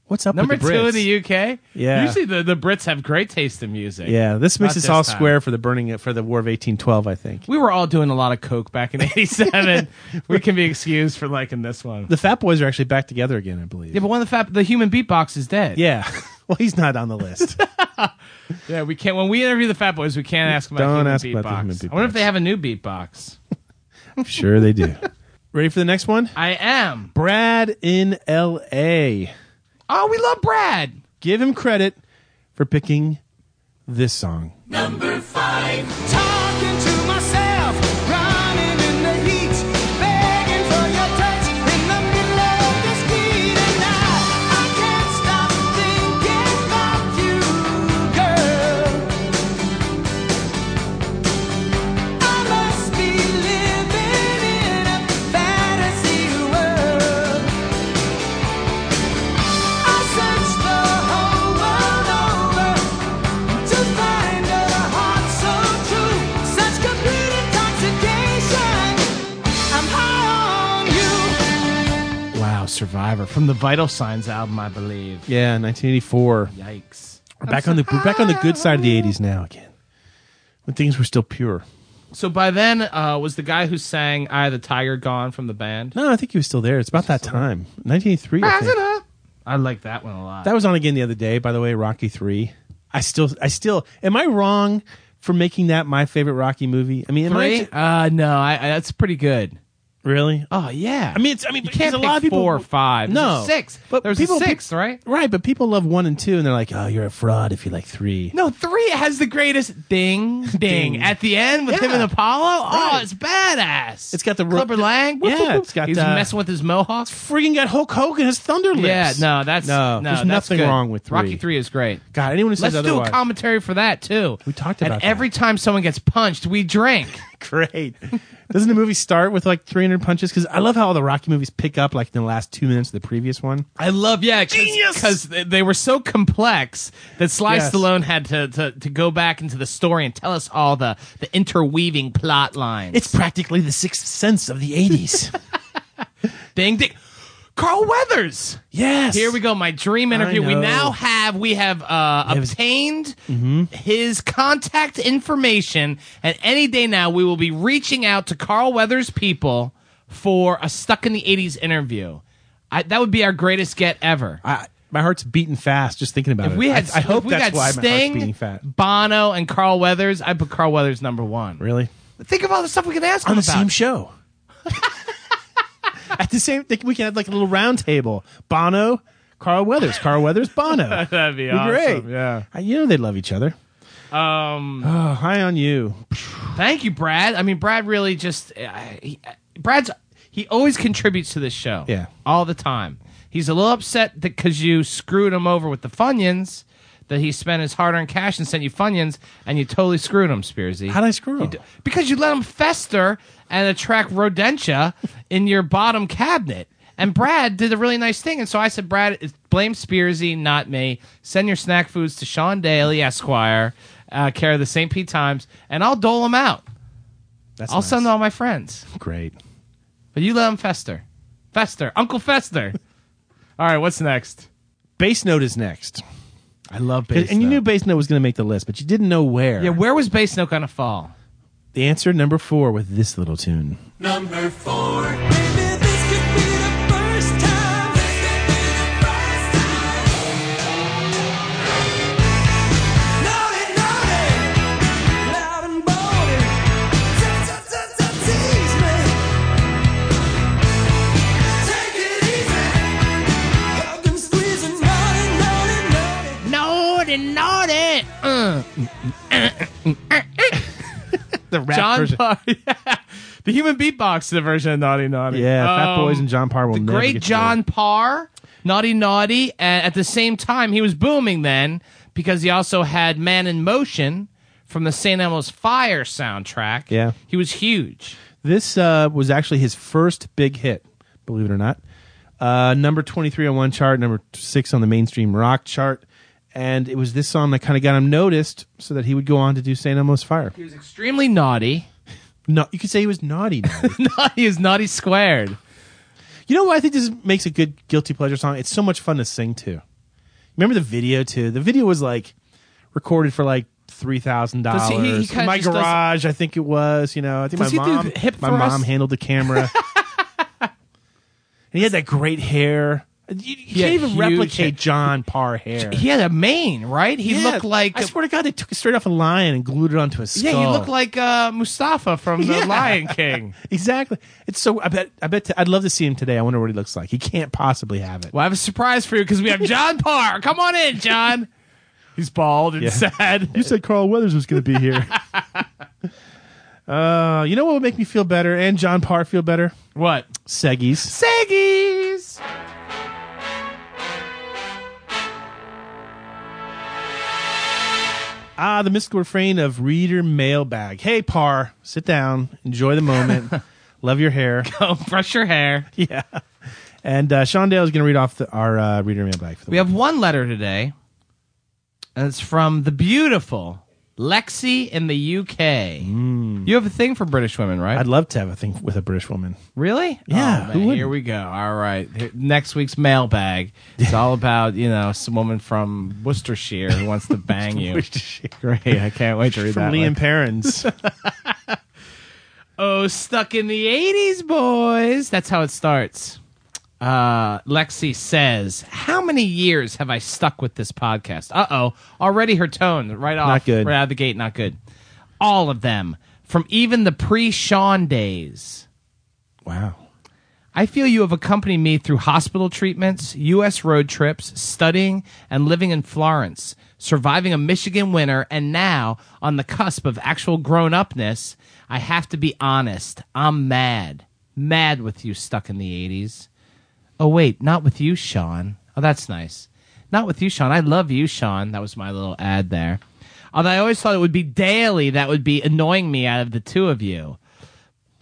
[SPEAKER 1] What's up
[SPEAKER 2] Number
[SPEAKER 1] with the
[SPEAKER 2] two in
[SPEAKER 1] Brits?
[SPEAKER 2] the UK.
[SPEAKER 1] Yeah.
[SPEAKER 2] Usually the, the Brits have great taste in music.
[SPEAKER 1] yeah, this
[SPEAKER 2] Not
[SPEAKER 1] makes us all
[SPEAKER 2] time.
[SPEAKER 1] square for the burning for the War of 1812, I think.
[SPEAKER 2] We were all doing a lot of coke back in '87. we can be excused for liking this one.
[SPEAKER 1] The Fat Boys are actually back together again, I believe.
[SPEAKER 2] yeah, but one of the fat, the human beatbox is dead.
[SPEAKER 1] Yeah. well, he's not on the list.
[SPEAKER 2] yeah. We can't. When we interview the Fat Boys, we can't ask them about
[SPEAKER 1] Don't
[SPEAKER 2] human
[SPEAKER 1] ask
[SPEAKER 2] beatbox.
[SPEAKER 1] about the human
[SPEAKER 2] I wonder
[SPEAKER 1] beatbox.
[SPEAKER 2] if they have a new beatbox.
[SPEAKER 1] sure they do. Ready for the next one?
[SPEAKER 2] I am.
[SPEAKER 1] Brad in L.A.
[SPEAKER 2] Oh, we love Brad.
[SPEAKER 1] Give him credit for picking this song.
[SPEAKER 7] Talking to myself, running in the heat, begging for your touch in the middle of the street, and I, I can't stop thinking about you, girl. I must be living in a fantasy world. I searched the whole world over to find a heart so true, such complete intoxication. I'm high on you.
[SPEAKER 2] Wow, Survivor from the Vital Signs album, I believe.
[SPEAKER 1] Yeah, 1984.
[SPEAKER 2] Yikes.
[SPEAKER 1] We're back on the we're back on the good side of the 80s now again. When things were still pure.
[SPEAKER 2] So by then, uh, was the guy who sang "I the Tiger" gone from the band?
[SPEAKER 1] No, I think he was still there. It's about that time. 1983. I think.
[SPEAKER 2] I like that one a lot.
[SPEAKER 1] That was on again the other day, by the way, Rocky 3. I still I still am I wrong for making that my favorite Rocky movie? I mean, am I
[SPEAKER 2] Three? Uh, no, I, I, that's pretty good.
[SPEAKER 1] really?
[SPEAKER 2] Oh yeah.
[SPEAKER 1] I mean, it's I mean,
[SPEAKER 2] you
[SPEAKER 1] because
[SPEAKER 2] can't
[SPEAKER 1] a
[SPEAKER 2] pick
[SPEAKER 1] lot of people
[SPEAKER 2] four or five.
[SPEAKER 1] No.
[SPEAKER 2] There's a six.
[SPEAKER 1] But
[SPEAKER 2] There's
[SPEAKER 1] people-
[SPEAKER 2] a six, right?
[SPEAKER 1] Right, but people love 1 and 2 and they're like, "Oh, you're a fraud if you like 3."
[SPEAKER 2] No, three has the greatest ding, ding,
[SPEAKER 1] Ding.
[SPEAKER 2] at the end with him
[SPEAKER 1] Yeah.
[SPEAKER 2] and Apollo. Oh,
[SPEAKER 1] Right.
[SPEAKER 2] it's badass.
[SPEAKER 1] It's got the ro-
[SPEAKER 2] Clubber Lang. Whoop,
[SPEAKER 1] Yeah,
[SPEAKER 2] whoop, whoop.
[SPEAKER 1] it's got,
[SPEAKER 2] He's
[SPEAKER 1] uh,
[SPEAKER 2] messing with his mohawk.
[SPEAKER 1] Freaking got Hulk Hogan his thunder lips.
[SPEAKER 2] Yeah, no, that's
[SPEAKER 1] no.
[SPEAKER 2] no
[SPEAKER 1] there's
[SPEAKER 2] that's
[SPEAKER 1] nothing
[SPEAKER 2] good.
[SPEAKER 1] wrong with 3.
[SPEAKER 2] Rocky Three is great.
[SPEAKER 1] God, anyone who says
[SPEAKER 2] Let's do
[SPEAKER 1] otherwise.
[SPEAKER 2] a commentary for that too.
[SPEAKER 1] We talked
[SPEAKER 2] and
[SPEAKER 1] about that.
[SPEAKER 2] every time someone gets punched, we drink.
[SPEAKER 1] Great. Doesn't the movie start with like 300 punches? Because I love how all the Rocky movies pick up like in the last two minutes of the previous one.
[SPEAKER 2] I love yeah, because they were so complex that Sly
[SPEAKER 1] Yes.
[SPEAKER 2] Stallone had to, to to go back into the story and tell us all the the interweaving plot lines.
[SPEAKER 1] It's practically the sixth sense of the 80s.
[SPEAKER 2] ding ding. Carl Weathers.
[SPEAKER 1] yes.
[SPEAKER 2] Here we go. My dream interview. We
[SPEAKER 1] know.
[SPEAKER 2] now have we have Mm-hmm. uh,
[SPEAKER 1] was-
[SPEAKER 2] obtained his contact information, and any day now we will be reaching out to Carl Weathers' people for a stuck in the '80s interview. I, that would be our greatest get ever.
[SPEAKER 1] I, my heart's beating fast just thinking about
[SPEAKER 2] If
[SPEAKER 1] it.
[SPEAKER 2] we had,
[SPEAKER 1] I, I hope
[SPEAKER 2] Uh, if we
[SPEAKER 1] that's
[SPEAKER 2] got
[SPEAKER 1] why my heart's beating
[SPEAKER 2] Sting,
[SPEAKER 1] fast.
[SPEAKER 2] Bono, and Carl Weathers, I put Carl Weathers number one.
[SPEAKER 1] Really?
[SPEAKER 2] Think of all the stuff we can ask
[SPEAKER 1] On
[SPEAKER 2] him
[SPEAKER 1] the
[SPEAKER 2] about.
[SPEAKER 1] same show. At the same, they- we can have like a little round table. Bono, Carl Weathers, Carl Weathers, Bono.
[SPEAKER 2] That'd be
[SPEAKER 1] Be
[SPEAKER 2] awesome.
[SPEAKER 1] great.
[SPEAKER 2] Yeah.
[SPEAKER 1] I- you know they love each other.
[SPEAKER 2] Um.
[SPEAKER 1] Oh, high on you.
[SPEAKER 2] Thank you, Brad. I mean, Brad really just uh, he, uh, Brad's he always contributes to this show.
[SPEAKER 1] Yeah.
[SPEAKER 2] all the time. He's a little upset that because you screwed him over with the Funyuns, that he spent his hard-earned cash and sent you Funyuns, and you totally screwed him, Spearsy.
[SPEAKER 1] How'd I screw him?
[SPEAKER 2] because you let him fester and attract rodentia in your bottom cabinet. And Brad did a really nice thing. And so I said, Brad, it's- blame Spearsy, not me. Send your snack foods to Sean Daly, Esquire, uh, care of the St. Pete Times, and I'll dole them out.
[SPEAKER 1] That's
[SPEAKER 2] I'll
[SPEAKER 1] nice.
[SPEAKER 2] send all my friends.
[SPEAKER 1] Great.
[SPEAKER 2] But you let them fester. Fester. Uncle Fester. all right, what's next?
[SPEAKER 1] Bass note is next.
[SPEAKER 2] I love
[SPEAKER 1] And you knew bass note was going to make the list, but you didn't know where.
[SPEAKER 2] Yeah, where was bass note going to fall?
[SPEAKER 1] The answer number four with this little tune.
[SPEAKER 7] Maybe this could be the first time. Naughty, naughty, loud and bold. Tease me. Take it easy. Hug and squeeze and naughty, naughty, naughty.
[SPEAKER 2] Naughty, naughty. Uh.
[SPEAKER 1] The rap
[SPEAKER 2] John Parr. The human beatbox, the version of Naughty Naughty.
[SPEAKER 1] Yeah, Fat
[SPEAKER 2] Um,
[SPEAKER 1] Boys and John Parr will
[SPEAKER 2] The
[SPEAKER 1] never
[SPEAKER 2] great
[SPEAKER 1] get
[SPEAKER 2] John Parr, Naughty Naughty. And at the same time, he was booming then because he also had Man in Motion from the St. Elmo's Fire soundtrack.
[SPEAKER 1] Yeah.
[SPEAKER 2] He was huge.
[SPEAKER 1] This uh, was actually his first big hit, believe it or not. Uh, number 23 on one chart, number six on the mainstream rock chart. And it was this song that kind of got him noticed so that he would go on to do St. Elmo's Fire.
[SPEAKER 2] He was extremely naughty.
[SPEAKER 1] No, you could say he was naughty. naughty.
[SPEAKER 2] he was naughty squared.
[SPEAKER 1] you know what? I think this makes a good guilty pleasure song. It's so much fun to sing to. Remember the video too? The video was like recorded for like three thousand
[SPEAKER 2] Does
[SPEAKER 1] dollars.
[SPEAKER 2] he- he kinda
[SPEAKER 1] My
[SPEAKER 2] just does-
[SPEAKER 1] garage, I think it was. You know, I think
[SPEAKER 2] Does
[SPEAKER 1] my
[SPEAKER 2] he do
[SPEAKER 1] mom,
[SPEAKER 2] the hip
[SPEAKER 1] my
[SPEAKER 2] thrust?
[SPEAKER 1] mom handled the camera. and he had that great hair. You, you
[SPEAKER 2] had
[SPEAKER 1] can't even
[SPEAKER 2] huge
[SPEAKER 1] replicate
[SPEAKER 2] hair.
[SPEAKER 1] John Parr hair.
[SPEAKER 2] He had a mane, right? He
[SPEAKER 1] Yeah,
[SPEAKER 2] looked like
[SPEAKER 1] I swear to God, they took it straight off a lion and glued it onto his skull.
[SPEAKER 2] yeah, he looked like uh, Mustafa from The
[SPEAKER 1] Yeah.
[SPEAKER 2] Lion King.
[SPEAKER 1] exactly. It's so. I bet. I bet. I'd love to see him today. I wonder what he looks like. He can't possibly have it.
[SPEAKER 2] Well, I have a surprise for you because we have John Parr. Come on in, John. He's bald and
[SPEAKER 1] Yeah.
[SPEAKER 2] sad.
[SPEAKER 1] You said Carl Weathers was going to be here. uh, you know what would make me feel better and John Parr feel better?
[SPEAKER 2] What?
[SPEAKER 1] Seggies.
[SPEAKER 2] Seggies.
[SPEAKER 1] Ah, the mystical refrain of reader mailbag. Hey, Parr, sit down, enjoy the moment, love your hair.
[SPEAKER 2] Oh, brush your hair.
[SPEAKER 1] yeah. And uh, Sean Dale is going to read off the, our uh, reader mailbag for the
[SPEAKER 2] We
[SPEAKER 1] week.
[SPEAKER 2] have one letter today, and it's from the beautiful Lexi in the UK. You have a thing for British women, right?
[SPEAKER 1] I'd love to have a thing with a British woman.
[SPEAKER 2] Really?
[SPEAKER 1] Yeah,
[SPEAKER 2] Oh,
[SPEAKER 1] who
[SPEAKER 2] man,
[SPEAKER 1] wouldn't?
[SPEAKER 2] here we go. All right. Here- next week's mailbag. It's all about, you know, some woman from Worcestershire who wants to bang you. Great. I can't wait to read
[SPEAKER 1] From
[SPEAKER 2] that.
[SPEAKER 1] Liam
[SPEAKER 2] one.
[SPEAKER 1] Perrins.
[SPEAKER 2] Oh, stuck in the 80s, boys. That's how it starts. Uh, Lexi says, How many years have I stuck with this podcast? Uh oh. Already her tone, right off.
[SPEAKER 1] Not good.
[SPEAKER 2] Right out of the gate, not good. All of them, from even the pre Sean days.
[SPEAKER 1] wow.
[SPEAKER 2] I feel you have accompanied me through hospital treatments, U.S. road trips, studying, and living in Florence, surviving a Michigan winter, and now on the cusp of actual grown upness. I have to be honest. I'm mad. Mad with you stuck in the 80s. Oh, wait, not with you, Sean. Oh, that's nice. Not with you, Sean. I love you, Sean. That was my little ad there. Although I always thought it would be daily that would be annoying me out of the two of you.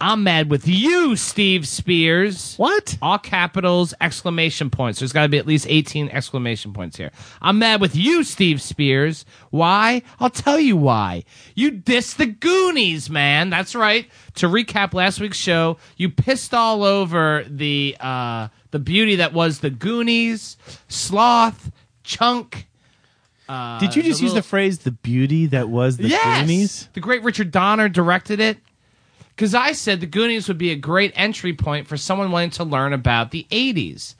[SPEAKER 2] I'm mad with you, Steve Spears.
[SPEAKER 1] What?
[SPEAKER 2] All capitals, exclamation points. There's got to be at least 18 exclamation points here. I'm mad with you, Steve Spears. Why? I'll tell you why. You dissed the Goonies, man. That's right. To recap last week's show, you pissed all over the uh, the beauty that was the Goonies, Sloth, Chunk.
[SPEAKER 1] Did you just
[SPEAKER 2] Uh, the
[SPEAKER 1] use the
[SPEAKER 2] little-
[SPEAKER 1] phrase the beauty that was the
[SPEAKER 2] yes!
[SPEAKER 1] Goonies?
[SPEAKER 2] The great Richard Donner directed it. Because I said the Goonies would be a great entry point for someone wanting to learn about the '80s,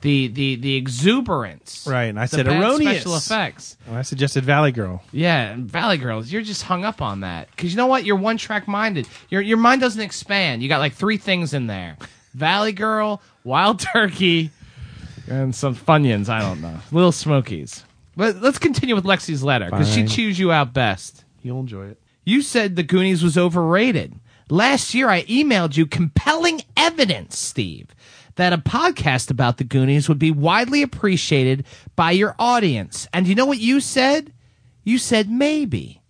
[SPEAKER 2] the the the exuberance,
[SPEAKER 1] Right, and I
[SPEAKER 2] the
[SPEAKER 1] said
[SPEAKER 2] bad
[SPEAKER 1] erroneous.
[SPEAKER 2] special effects.
[SPEAKER 1] Oh, I suggested Valley Girl.
[SPEAKER 2] Yeah, and Valley Girls, you're just hung up on that because you know what? You're one track minded. Your your mind doesn't expand. You got like three things in there: Valley Girl, Wild Turkey, and some Funyuns. I don't know, Little Smokies. But let's continue with Lexi's letter because she
[SPEAKER 1] Fine.
[SPEAKER 2] chews you out best.
[SPEAKER 1] You'll enjoy it.
[SPEAKER 2] You said the Goonies was overrated. Last year, I emailed you compelling evidence, Steve, that a podcast about the Goonies would be widely appreciated by your audience. And you know what you said? You said maybe.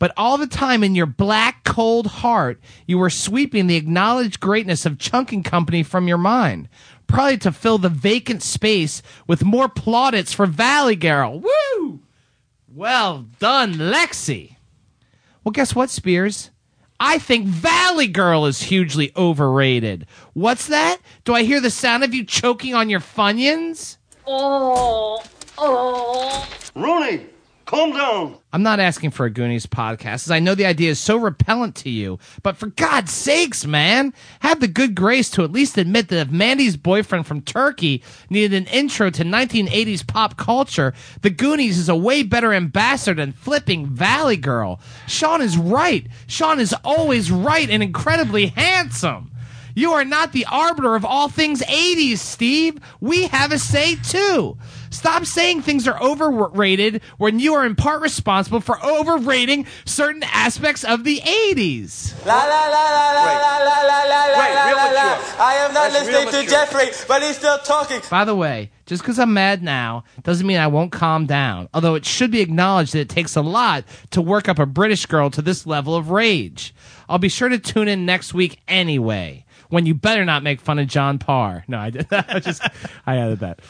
[SPEAKER 2] But all the time in your black, cold heart, you were sweeping the acknowledged greatness of Chunk and Company from your mind, probably to fill the vacant space with more plaudits for Valley Girl. Woo! Well done, Lexi. Well, guess what, Spears? I think Valley Girl is hugely overrated. What's that? Do I hear the sound of you choking on your funyuns?
[SPEAKER 7] Rooney, calm down.
[SPEAKER 2] I'm not asking for a Goonies podcast, as I know the idea is so repellent to you. But for God's sakes, man, have the good grace to at least admit that if Mandy's boyfriend from Turkey needed an intro to 1980s pop culture, the Goonies is a way better ambassador than flipping Valley Girl. Sean is right. Sean is always right and incredibly handsome. You are not the arbiter of all things 80s, Steve. We have a say too. Stop saying things are overrated when you are in part responsible for overrating certain aspects of the 80s.
[SPEAKER 7] La la la la la la la la la la
[SPEAKER 3] Wait, real
[SPEAKER 7] la la.
[SPEAKER 3] mature.
[SPEAKER 7] I am not
[SPEAKER 3] That's real
[SPEAKER 7] listening to
[SPEAKER 3] mature.
[SPEAKER 7] Jeffrey, but he's still talking.
[SPEAKER 2] By the way, just because I'm mad now doesn't mean I won't calm down, although it should be acknowledged that it takes a lot to work up a British girl to this level of rage. I'll be sure to tune in next week anyway, when you better not make fun of John Parr. No, I did I just I added that.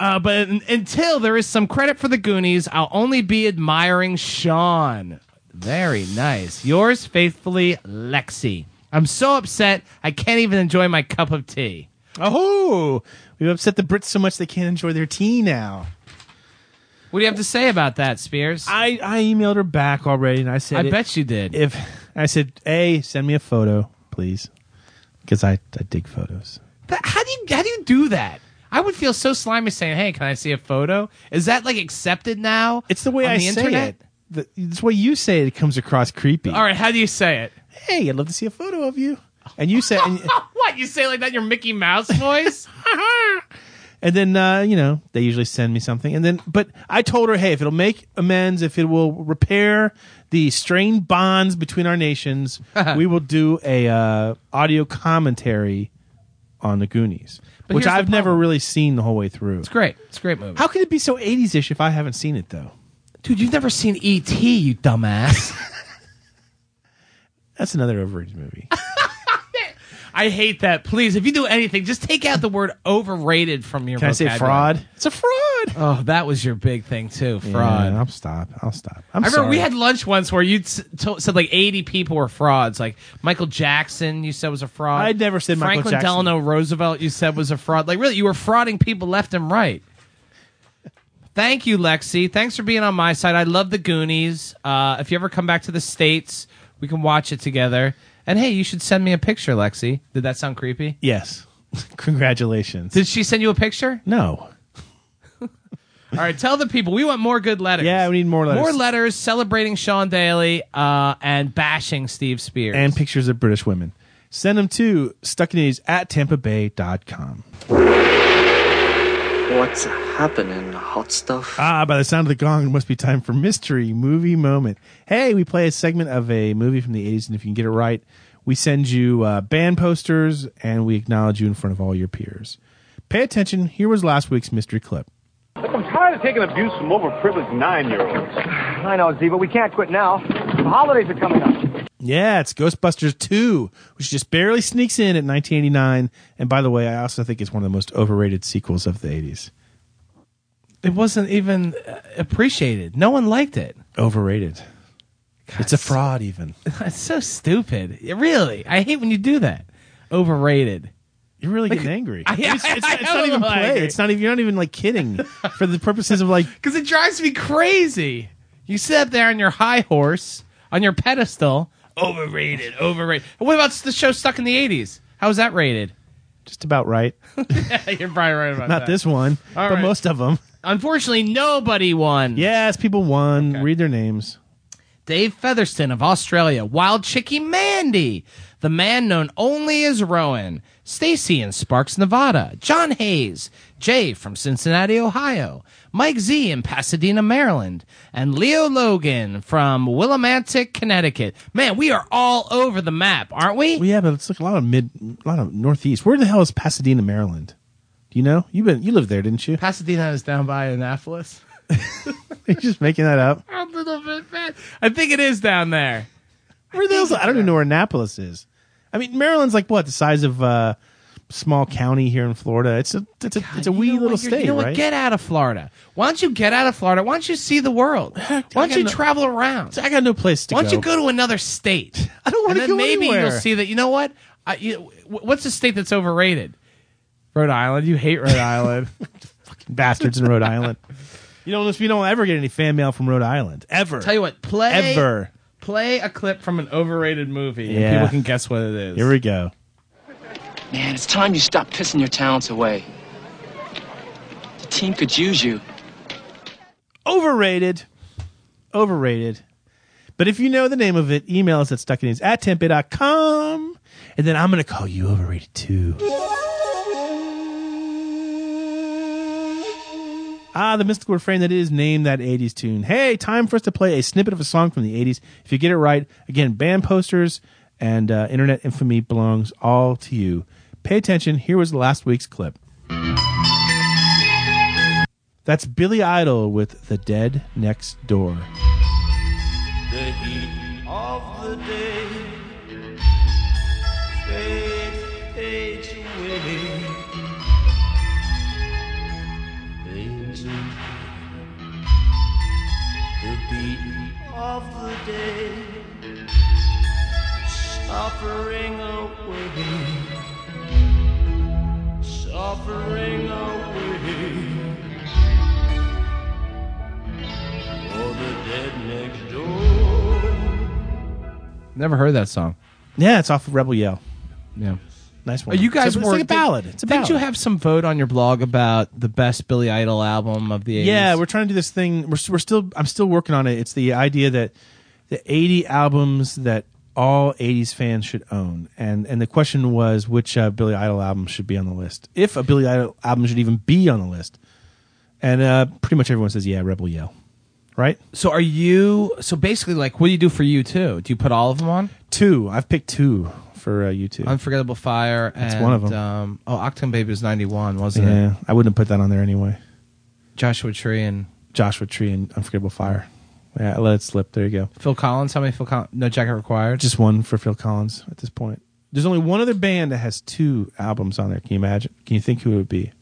[SPEAKER 2] Uh, but un- until there is some credit for the Goonies, I'll only be admiring Sean. Very nice. Yours faithfully, Lexi. I'm so upset I can't even enjoy my cup of tea.
[SPEAKER 1] Oh, we've upset the Brits so much they can't enjoy their tea now.
[SPEAKER 2] What do you have to say about that, Spears? I,
[SPEAKER 1] I, I emailed her back already, and I said, it-
[SPEAKER 2] bet you did.
[SPEAKER 1] if I said, "A, send me a photo, please," because I I dig photos.
[SPEAKER 2] That- how do you how do you do that? I would feel so slimy saying, "Hey, can I see a photo?" Is that like accepted now?
[SPEAKER 1] It's the way
[SPEAKER 2] on
[SPEAKER 1] I
[SPEAKER 2] the
[SPEAKER 1] say
[SPEAKER 2] internet?
[SPEAKER 1] it. The, it's the way you say it. It comes across creepy.
[SPEAKER 2] All right, how do you say it?
[SPEAKER 1] Hey, I'd love to see a photo of you. And you say, and,
[SPEAKER 2] what you say like that? in Your Mickey Mouse voice?
[SPEAKER 1] and then uh, you know they usually send me something. And then, but I told her, hey, if it'll make amends, if it will repair the strained bonds between our nations, we will do a uh, audio commentary on the Goonies,
[SPEAKER 2] But
[SPEAKER 1] which
[SPEAKER 2] here's the
[SPEAKER 1] I've never
[SPEAKER 2] problem.
[SPEAKER 1] really seen the whole way through.
[SPEAKER 2] it's great. It's a great movie.
[SPEAKER 1] How can it be so 80s-ish if I haven't seen it though?
[SPEAKER 2] dude, you've never seen E.T., you dumbass.
[SPEAKER 1] That's another overrated movie.
[SPEAKER 2] I hate that. Please, if you do anything, just take out the word overrated from your
[SPEAKER 1] Can I say
[SPEAKER 2] vocabulary.
[SPEAKER 1] fraud? It's a fraud.
[SPEAKER 2] Oh, that was your big thing too, fraud.
[SPEAKER 1] Yeah, I'll stop. I'll stop. I'm
[SPEAKER 2] I remember
[SPEAKER 1] sorry.
[SPEAKER 2] we had lunch once where you t- to- said like 80 people were frauds. Like Michael Jackson, you said was a fraud.
[SPEAKER 1] I'd never said Michael
[SPEAKER 2] Franklin
[SPEAKER 1] Jackson.
[SPEAKER 2] Delano Roosevelt, you said was a fraud. Like, really, you were frauding people left and right. Thank you, Lexi. Thanks for being on my side. I love the Goonies. Uh, if you ever come back to the States, we can watch it together. And hey, you should send me a picture, Lexi. Did that sound creepy?
[SPEAKER 1] Yes. Congratulations.
[SPEAKER 2] Did she send you a picture?
[SPEAKER 1] no.
[SPEAKER 2] All right, tell the people we want more good letters.
[SPEAKER 1] Yeah, we need more letters.
[SPEAKER 2] More letters celebrating Sean Daly uh, and bashing Steve Spears.
[SPEAKER 1] And pictures of British women. Send them to stuckinadies at tampabay.com.
[SPEAKER 6] What's happening, hot stuff?
[SPEAKER 1] Ah, by the sound of the gong, it must be time for mystery movie moment. Hey, we play a segment of a movie from the 80s, and if you can get it right, we send you uh, band posters and we acknowledge you in front of all your peers. Pay attention. Here was last week's mystery clip.
[SPEAKER 7] Look, I'm tired of taking abuse from overprivileged nine-year-olds. I know, Z, but we can't quit now. The holidays are coming up.
[SPEAKER 1] Yeah, it's Ghostbusters 2, which just barely sneaks in at 1989. And by the way, I also think it's one of the most overrated sequels of the 80s.
[SPEAKER 2] it wasn't even uh, appreciated. No one liked it.
[SPEAKER 1] Overrated. it's a fraud, even.
[SPEAKER 2] It's so stupid. It really, I hate when you do that. Overrated.
[SPEAKER 1] You're really getting angry.
[SPEAKER 2] I-
[SPEAKER 1] it's, it's,
[SPEAKER 2] I-
[SPEAKER 1] not- it's
[SPEAKER 2] I
[SPEAKER 1] not
[SPEAKER 2] am
[SPEAKER 1] even play.
[SPEAKER 2] angry.
[SPEAKER 1] It's not even. You're not even like kidding for the purposes of like.
[SPEAKER 2] Because it drives me crazy. You sit up there on your high horse, on your pedestal. Overrated, overrated. What about the show Stuck in the 80s? How was that rated?
[SPEAKER 1] Just about right.
[SPEAKER 2] You're probably right about
[SPEAKER 1] Not
[SPEAKER 2] that.
[SPEAKER 1] this one,
[SPEAKER 2] All
[SPEAKER 1] but
[SPEAKER 2] right.
[SPEAKER 1] most of them.
[SPEAKER 2] Unfortunately, nobody won.
[SPEAKER 1] Yes, people won. Read their names.
[SPEAKER 2] Dave Featherston of Australia, Wild Chickie Mandy, the man known only as Rowan, Stacy in Sparks, Nevada, John Hayes, Jay from Cincinnati, Ohio, Mike Z in Pasadena, Maryland, and Leo Logan from Willimantic, Connecticut. Man, we are all over the map, aren't we?
[SPEAKER 1] Well, yeah, but it's like a lot of mid, a lot of northeast. Where the hell is Pasadena, Maryland? Do you know? You been you lived there, didn't you?
[SPEAKER 2] Pasadena is down by Annapolis.
[SPEAKER 1] You're just making that up.
[SPEAKER 2] A little bit bad. I think it is down there.
[SPEAKER 1] Where the hell's I don't even know where Annapolis is. I mean, Maryland's like what the size of uh, small county here in Florida. It's a it's a, it's a
[SPEAKER 2] You
[SPEAKER 1] wee
[SPEAKER 2] know
[SPEAKER 1] little
[SPEAKER 2] what, you're-
[SPEAKER 1] state,
[SPEAKER 2] You know what?
[SPEAKER 1] right?
[SPEAKER 2] Get out of Florida. Why don't you get out of Florida? Why don't you see the world? Why don't you
[SPEAKER 1] no-
[SPEAKER 2] travel around?
[SPEAKER 1] I got no place to
[SPEAKER 2] Why don't you go to another state?
[SPEAKER 1] I don't wanna
[SPEAKER 2] And then
[SPEAKER 1] go
[SPEAKER 2] Maybe
[SPEAKER 1] anywhere.
[SPEAKER 2] you'll see that. You know what? I, you, wh- what's a state that's overrated? Rhode Island. You hate Rhode Island.
[SPEAKER 1] bastards in Rhode Island. You don't you don't ever get any fan mail from Rhode Island ever.
[SPEAKER 2] Tell you what. Play
[SPEAKER 1] ever.
[SPEAKER 2] play a clip from an overrated movie,
[SPEAKER 1] Yeah.
[SPEAKER 2] and people can guess what it is.
[SPEAKER 1] Here we go.
[SPEAKER 6] Man, it's time you stop pissing your talents away. The team could use you.
[SPEAKER 1] Overrated, overrated. But if you know the name of it, email us at stuckinies at tempe.com. And then I'm going to call you overrated too. Ah, the mystical refrain that is name that 80s tune. Hey, time for us to play a snippet of a song from the 80s. If you get it right, again, band posters and uh, internet infamy belongs all to you. Pay attention. Here was last week's clip. That's Billy Idol with The Dead Next Door.
[SPEAKER 2] Never heard that song.
[SPEAKER 1] Yeah, it's off of Rebel Yell.
[SPEAKER 2] Yeah.
[SPEAKER 1] Nice
[SPEAKER 2] Are
[SPEAKER 1] one.
[SPEAKER 2] Oh, you guys
[SPEAKER 1] it's,
[SPEAKER 2] more,
[SPEAKER 1] it's like a ballad. It's a
[SPEAKER 2] did
[SPEAKER 1] ballad.
[SPEAKER 2] you have some vote on your blog about the best Billy Idol album of the 80s?
[SPEAKER 1] Yeah, we're trying to do this thing. We're, we're still. I'm still working on it. It's the idea that the 80 albums that all 80s fans should own, and and the question was which uh, Billy Idol album should be on the list, if a Billy Idol album should even be on the list, and uh, pretty much everyone says yeah, Rebel Yell, right?
[SPEAKER 2] So are you? So basically, like, what do you do for you too? Do you put all of them on?
[SPEAKER 1] Two. I've picked two for uh, you two.
[SPEAKER 2] Unforgettable Fire.
[SPEAKER 1] That's
[SPEAKER 2] and,
[SPEAKER 1] one of 'em.
[SPEAKER 2] Um, oh, Octane Baby was ninety one, wasn't
[SPEAKER 1] yeah,
[SPEAKER 2] it?
[SPEAKER 1] I wouldn't have put that on there anyway.
[SPEAKER 2] Joshua Tree and
[SPEAKER 1] Joshua Tree and Unforgettable Fire. Yeah, I let it slip. There you go.
[SPEAKER 2] Phil Collins. How many Phil Collins? No jacket required.
[SPEAKER 1] Just one for Phil Collins at this point. There's only one other band that has two albums on there. Can you imagine? Can you think who it would be?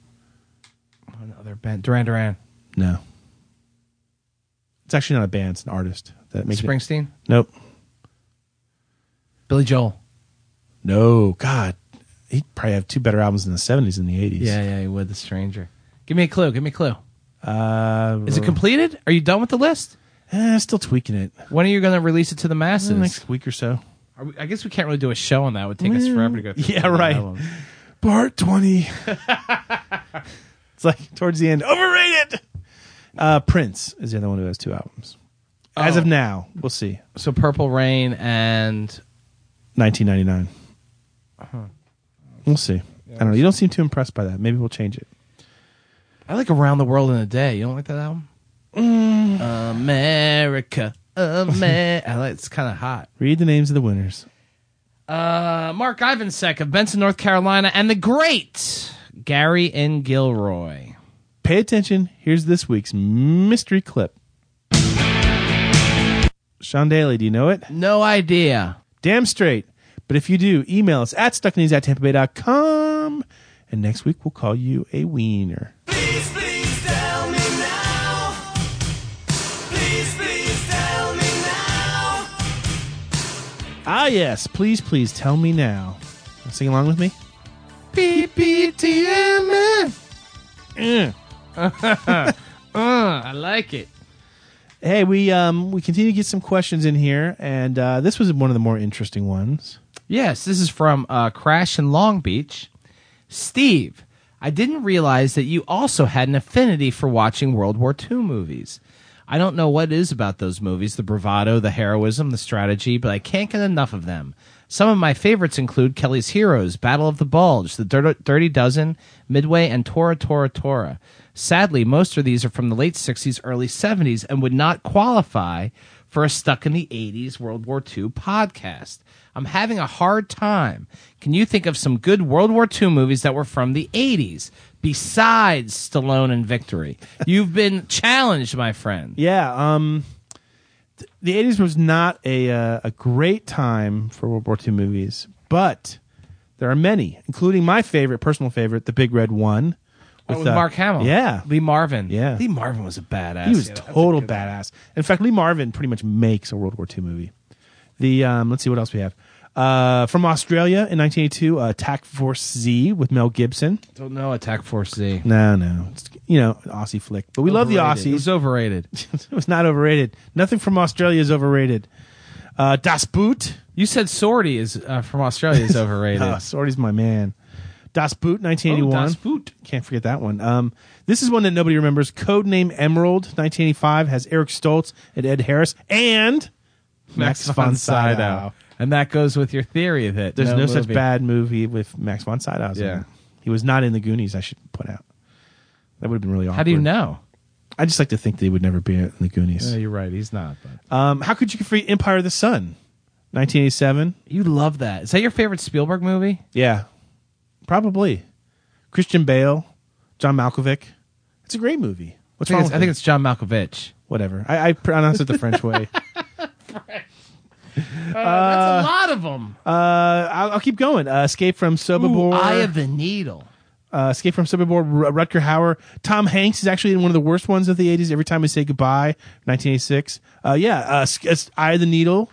[SPEAKER 2] another band. Duran Duran.
[SPEAKER 1] No. It's actually not a band, it's an artist. That makes it-
[SPEAKER 2] Springsteen.
[SPEAKER 1] Nope.
[SPEAKER 2] Billy Joel.
[SPEAKER 1] No. God. He'd probably have two better albums in the 70s than the 80s.
[SPEAKER 2] Yeah, yeah, he would. The Stranger. Give me a clue. Give me a clue.
[SPEAKER 1] Uh,
[SPEAKER 2] Is it completed? Are you done with the list?
[SPEAKER 1] eh, still tweaking it.
[SPEAKER 2] When are you going to release it to the masses?
[SPEAKER 1] Next week or so.
[SPEAKER 2] Are we, I guess we can't really do a show on that. It would take us forever to go through.
[SPEAKER 1] Yeah,
[SPEAKER 2] all the
[SPEAKER 1] right.
[SPEAKER 2] albums.
[SPEAKER 1] Part 20. it's like towards the end. Overrated. Uh, Prince is the other one who has two albums. As
[SPEAKER 2] Oh.
[SPEAKER 1] of now, we'll see.
[SPEAKER 2] So Purple Rain and
[SPEAKER 1] 1999. Uh-huh. We'll see. I don't know. You don't seem too impressed by that. Maybe we'll change it.
[SPEAKER 2] I like Around the World in a Day. You don't like that album?
[SPEAKER 1] Mm.
[SPEAKER 2] America. America. I like, it's kind of hot.
[SPEAKER 1] Read the names of the winners.
[SPEAKER 2] Uh, Mark Ivansek of Benson, North Carolina, and the great Gary N. Gilroy.
[SPEAKER 1] Pay attention. Here's this week's mystery clip. Sean Daly, do you know it?
[SPEAKER 2] No idea.
[SPEAKER 1] Damn straight. But if you do, email us at stucknews at tampabay.com. And next week we'll call you a wiener.
[SPEAKER 7] Please, please tell me now. Please, please tell me now.
[SPEAKER 1] Ah, yes. Please, please tell me now. Sing along with me. Eh.
[SPEAKER 2] I like it.
[SPEAKER 1] Hey, we um we continue to get some questions in here, and uh, this was one of the more interesting ones.
[SPEAKER 2] Yes, this is from uh, Crash in Long Beach. Steve, I didn't realize that you also had an affinity for watching World War II movies. I don't know what it is about those movies the bravado, the heroism, the strategy, but I can't get enough of them. Some of my favorites include Kelly's Heroes, Battle of the Bulge, The Dir- Dirty Dozen, Midway, and Tora Tora Tora. Sadly, most of these are from the late 60s, early 70s, and would not qualify for a Stuck in the 80s World War II podcast. I'm having a hard time. Can you think of some good World War II movies that were from the 80s besides Stallone and Victory? You've been challenged, my friend.
[SPEAKER 1] Yeah, um, th- the eighties was not a uh, a great time for World War II movies, but there are many, including my favorite, personal favorite, The Big Red One, uh,
[SPEAKER 2] With, Mark Hamill.
[SPEAKER 1] Yeah,
[SPEAKER 2] Lee Marvin.
[SPEAKER 1] Yeah.
[SPEAKER 2] Lee Marvin was a badass.
[SPEAKER 1] he was
[SPEAKER 2] Yeah, that's a
[SPEAKER 1] total
[SPEAKER 2] good one.
[SPEAKER 1] badass. In fact, Lee Marvin pretty much makes a World War II movie. The um, let's see what else we have. Uh, from Australia in 1982, uh, Attack Force Z with Mel Gibson.
[SPEAKER 2] Don't know Attack Force Z.
[SPEAKER 1] No, no, it's, you know, an Aussie flick, but we love the
[SPEAKER 2] Overrated. It
[SPEAKER 1] Aussies.
[SPEAKER 2] was overrated.
[SPEAKER 1] it was not overrated. Nothing from Australia is overrated. Uh, das Boot.
[SPEAKER 2] You said Sortie is uh, from Australia is overrated.
[SPEAKER 1] Oh, Sorty's my man. Das Boot,
[SPEAKER 2] Oh,
[SPEAKER 1] 1981.
[SPEAKER 2] Das Boot.
[SPEAKER 1] Can't forget that one. Um, this is one that nobody remembers. Codename Emerald, 1985, has Eric Stoltz and Ed Harris and Max, von Sydow.
[SPEAKER 2] And that goes with your theory that
[SPEAKER 1] There's no, such
[SPEAKER 2] movie-
[SPEAKER 1] bad movie with Max von Sydow.
[SPEAKER 2] Yeah.
[SPEAKER 1] He was not in the Goonies, I should put out. That would have been really awkward.
[SPEAKER 2] How do you know?
[SPEAKER 1] I just like to think they would never be in the Goonies.
[SPEAKER 2] you're right. He's not.
[SPEAKER 1] Um, how could you forget Empire of the Sun? 1987.
[SPEAKER 2] You love that. Is that your favorite Spielberg movie?
[SPEAKER 1] Yeah, probably. Christian Bale, John Malkovich. It's a great movie. What's
[SPEAKER 2] I think,
[SPEAKER 1] wrong?
[SPEAKER 2] it's,
[SPEAKER 1] with
[SPEAKER 2] I think
[SPEAKER 1] it?
[SPEAKER 2] it's John Malkovich.
[SPEAKER 1] whatever. I, I pronounce it the French way.
[SPEAKER 11] That's a lot of them.
[SPEAKER 1] Uh, I'll, I'll keep going. Uh, Escape from Sobibor.
[SPEAKER 2] Eye of the Needle.
[SPEAKER 1] uh, Escape from Sobibor. R- Rutger Hauer. Tom Hanks is actually in one of the worst ones of the '80s. Every time we say goodbye, 1986. Uh, yeah, uh, S- S- Eye of the Needle.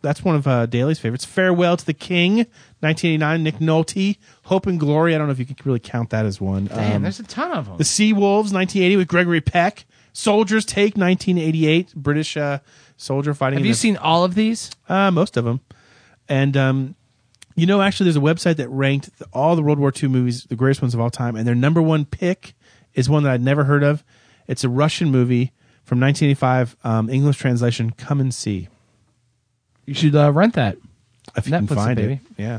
[SPEAKER 1] That's one of uh, Daly's favorites. Farewell to the King, 1989. Nick Nolte. Hope and Glory. I don't know if you can really count that as one.
[SPEAKER 2] Damn,
[SPEAKER 1] Um,
[SPEAKER 2] there's a ton of them.
[SPEAKER 1] The Sea Wolves, 1980, with Gregory Peck. Soldiers Take, 1988, British uh, soldier fighting.
[SPEAKER 2] Have
[SPEAKER 1] in
[SPEAKER 2] you
[SPEAKER 1] a-
[SPEAKER 2] seen all of these?
[SPEAKER 1] Uh, most of them. And um, you know, actually, there's a website that ranked the, all the World War II movies, the greatest ones of all time, and their number one pick is one that I'd never heard of. It's a Russian movie from 1985, um, English translation. Come and see
[SPEAKER 2] You should uh, rent that.
[SPEAKER 1] if you
[SPEAKER 2] Netflix it,
[SPEAKER 1] can find
[SPEAKER 2] baby.
[SPEAKER 1] it. Yeah,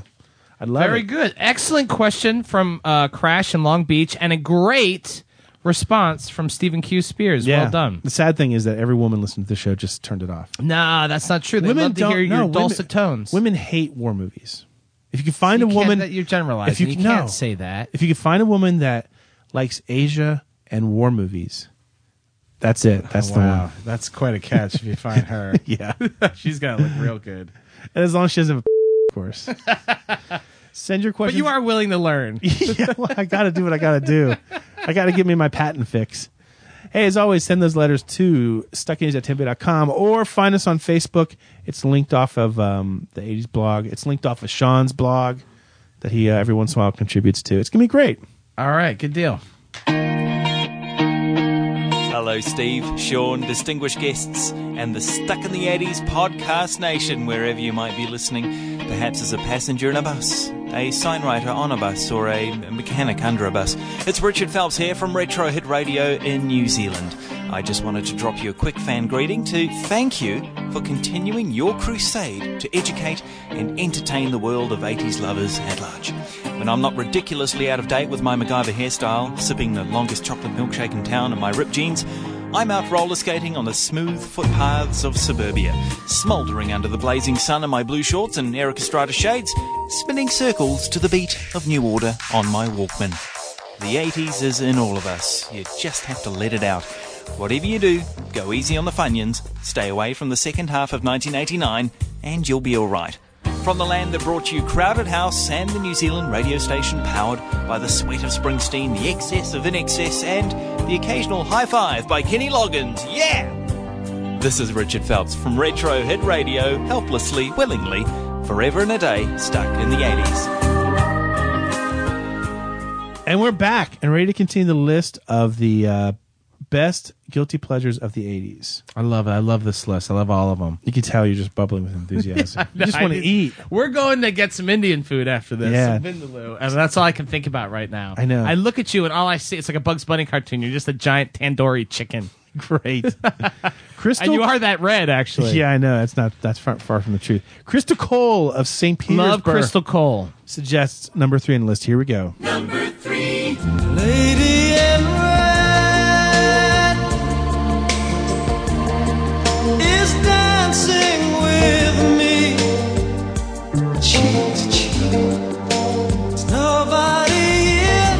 [SPEAKER 1] I love
[SPEAKER 2] Very
[SPEAKER 1] it.
[SPEAKER 2] good. Excellent question from uh, Crash in Long Beach, and a great response from Stephen Q. Spears.
[SPEAKER 1] Yeah,
[SPEAKER 2] Well done.
[SPEAKER 1] The sad thing is that every woman listening to the show just turned it off.
[SPEAKER 2] Nah, that's not true. They love to hear your
[SPEAKER 1] no, women-
[SPEAKER 2] dulcet tones.
[SPEAKER 1] Women hate war movies. If you can find
[SPEAKER 2] You
[SPEAKER 1] a
[SPEAKER 2] can't-
[SPEAKER 1] woman,
[SPEAKER 2] that- you're generalizing.
[SPEAKER 1] If you,
[SPEAKER 2] You
[SPEAKER 1] can-
[SPEAKER 2] can't
[SPEAKER 1] no.
[SPEAKER 2] say that.
[SPEAKER 1] If you can find a woman that likes Asia and war movies, that's
[SPEAKER 2] Oh,
[SPEAKER 1] it. That's the
[SPEAKER 12] wow,
[SPEAKER 1] one.
[SPEAKER 12] that's quite a catch if you find her.
[SPEAKER 1] yeah,
[SPEAKER 12] she's got to look real good.
[SPEAKER 1] And as long as she doesn't have a of course. Send your
[SPEAKER 2] but
[SPEAKER 1] questions.
[SPEAKER 2] you are willing to learn.
[SPEAKER 1] yeah, well, I got to do what I got to do. I got to get me my patent fix. Hey, as always, send those letters to stucknews at tempe.com or find us on Facebook. It's linked off of um, the 80s blog. It's linked off of Sean's blog that he uh, every once in a while contributes to. It's going to be great.
[SPEAKER 2] All right, good deal.
[SPEAKER 13] Hello, Steve, Sean, distinguished guests, and the Stuck in the 80s podcast nation, wherever you might be listening, perhaps as a passenger in a bus, a signwriter on a bus, or a mechanic under a bus. It's Richard Phelps here from Retro Hit Radio in New Zealand. I just wanted to drop you a quick fan greeting to thank you for continuing your crusade to educate and entertain the world of 80s lovers at large. When I'm not ridiculously out of date with my MacGyver hairstyle, sipping the longest chocolate milkshake in town, and my ripped jeans, I'm out roller skating on the smooth footpaths of suburbia, smouldering under the blazing sun in my blue shorts and Eric Estrada shades, spinning circles to the beat of New Order on my Walkman. The 80s is in all of us. You just have to let it out. Whatever you do, go easy on the Funyuns, stay away from the second half of 1989, and you'll be alright. From the land that brought you Crowded House and the New Zealand radio station powered by the sweat of Springsteen, the excess of Inexcess, and the occasional high five by Kenny Loggins. Yeah! This is Richard Phelps from Retro Hit Radio, helplessly, willingly, forever and a day, stuck in the 80s.
[SPEAKER 1] And we're back and ready to continue the list of the uh, best guilty pleasures of the 80s.
[SPEAKER 2] I love it. I love this list. I love all of them.
[SPEAKER 1] You can tell you're just bubbling with enthusiasm. you just want to eat.
[SPEAKER 2] We're going to get some Indian food after this.
[SPEAKER 1] Yeah.
[SPEAKER 2] some vindaloo. And that's all I can think about right now.
[SPEAKER 1] I know.
[SPEAKER 2] I look at you and all I see it's like a Bugs Bunny cartoon. You're just a giant tandoori chicken.
[SPEAKER 1] Great. Crystal
[SPEAKER 2] And you are that red actually.
[SPEAKER 1] Yeah, I know. That's not that's far, far from the truth. Crystal Cole of St. Petersburg.
[SPEAKER 2] Love Crystal Cole.
[SPEAKER 1] Suggests number three on the list. Here we go.
[SPEAKER 7] Lady in red is dancing with me. Cheek to cheek. There's nobody here.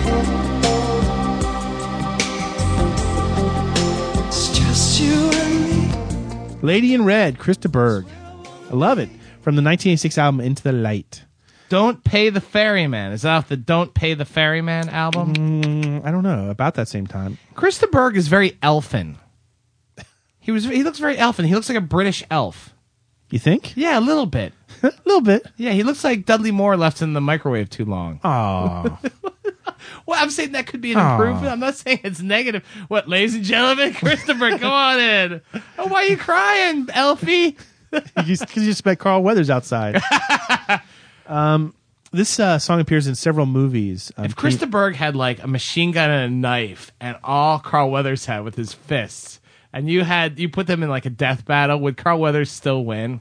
[SPEAKER 7] It's just you and me.
[SPEAKER 1] Lady in Red, Krista Berg. I love it. From the 1986 album Into the Light.
[SPEAKER 2] Don't pay the ferryman. Is that off the Don't Pay the Ferryman album?
[SPEAKER 1] Mm, I don't know. About that same time.
[SPEAKER 2] Krista Berg is very elfin. He was he looks very elfin. He looks like a British elf.
[SPEAKER 1] You think?
[SPEAKER 2] Yeah, a little bit.
[SPEAKER 1] a little bit.
[SPEAKER 2] Yeah, he looks like Dudley Moore left in the microwave too long.
[SPEAKER 1] Oh.
[SPEAKER 2] well, I'm saying that could be an
[SPEAKER 1] Aw.
[SPEAKER 2] improvement. I'm not saying it's negative. What, ladies and gentlemen, Christopher, come on in. Oh, why are you crying, Elfie?
[SPEAKER 1] Because you just met Carl Weathers outside. um, this uh, song appears in several movies. Um,
[SPEAKER 2] If Krista Berg had like a machine gun and a knife, and all Carl Weathers had with his fists, and you had you put them in like a death battle, would Carl Weathers still win?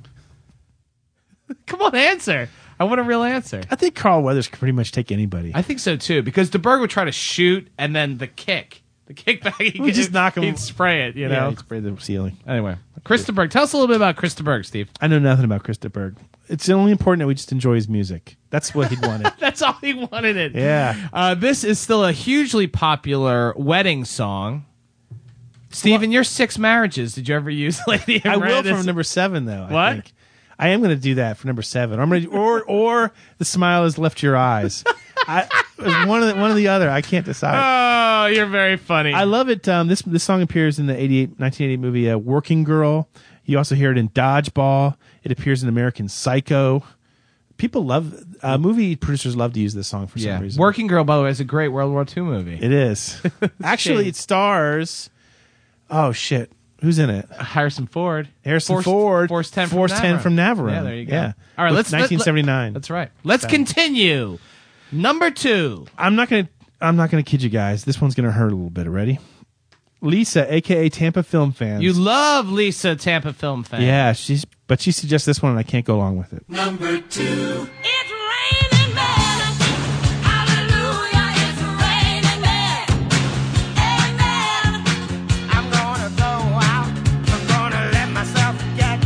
[SPEAKER 2] Come on, answer. I want a real answer.
[SPEAKER 1] I think Carl Weathers could pretty much take anybody.
[SPEAKER 2] I think so too, because De Berg would try to shoot, and then the kick, the kickback, he
[SPEAKER 1] We'll just knock him-
[SPEAKER 2] He'd spray it, you
[SPEAKER 1] Yeah,
[SPEAKER 2] know.
[SPEAKER 1] he'd spray the ceiling.
[SPEAKER 2] Anyway, Krista Berg. Tell us a little bit about Krista Berg, Steve.
[SPEAKER 1] I know nothing about Krista Berg. It's only important that we just enjoy his music. That's what he'd wanted.
[SPEAKER 2] That's all he wanted it.
[SPEAKER 1] Yeah.
[SPEAKER 2] Uh, this is still a hugely popular wedding song. Steve, in your six marriages, did you ever use Lady in
[SPEAKER 1] I will
[SPEAKER 2] Red
[SPEAKER 1] from
[SPEAKER 2] as-
[SPEAKER 1] number seven though. I
[SPEAKER 2] What?
[SPEAKER 1] think. I am going to do that for number seven. I'm going to or or the smile has left your eyes. I it was one of the, one of the other. I can't decide.
[SPEAKER 2] Oh, you're very funny.
[SPEAKER 1] I love it. Um, this this song appears in the 88, 1988 movie uh, Working Girl. You also hear it in Dodgeball. It appears in American Psycho. People love uh, movie producers love to use this song for
[SPEAKER 2] yeah.
[SPEAKER 1] some reason.
[SPEAKER 2] Working Girl, by the way, is a great World War II movie.
[SPEAKER 1] It is. Actually, it stars. Oh shit! Who's in it?
[SPEAKER 14] Harrison Ford.
[SPEAKER 1] Harrison
[SPEAKER 14] Forced-
[SPEAKER 1] Ford.
[SPEAKER 14] Forced 10 from
[SPEAKER 1] Forced 10
[SPEAKER 14] Navarone.
[SPEAKER 1] from Navarone.
[SPEAKER 14] Yeah, there you go.
[SPEAKER 1] Yeah.
[SPEAKER 14] All right,
[SPEAKER 1] With
[SPEAKER 14] let's- let- let-
[SPEAKER 1] 1979.
[SPEAKER 14] that's right. Let's continue. Number two.
[SPEAKER 1] I'm not gonna. I'm not gonna kid you guys. This one's gonna hurt a little bit. Ready? Lisa, aka Tampa Film Fans.
[SPEAKER 2] You love Lisa, Tampa film fan.
[SPEAKER 1] yeah, she's. But she suggests this one, and I can't go along with it.
[SPEAKER 2] Number two.
[SPEAKER 7] I'm gonna go out. I'm gonna let myself get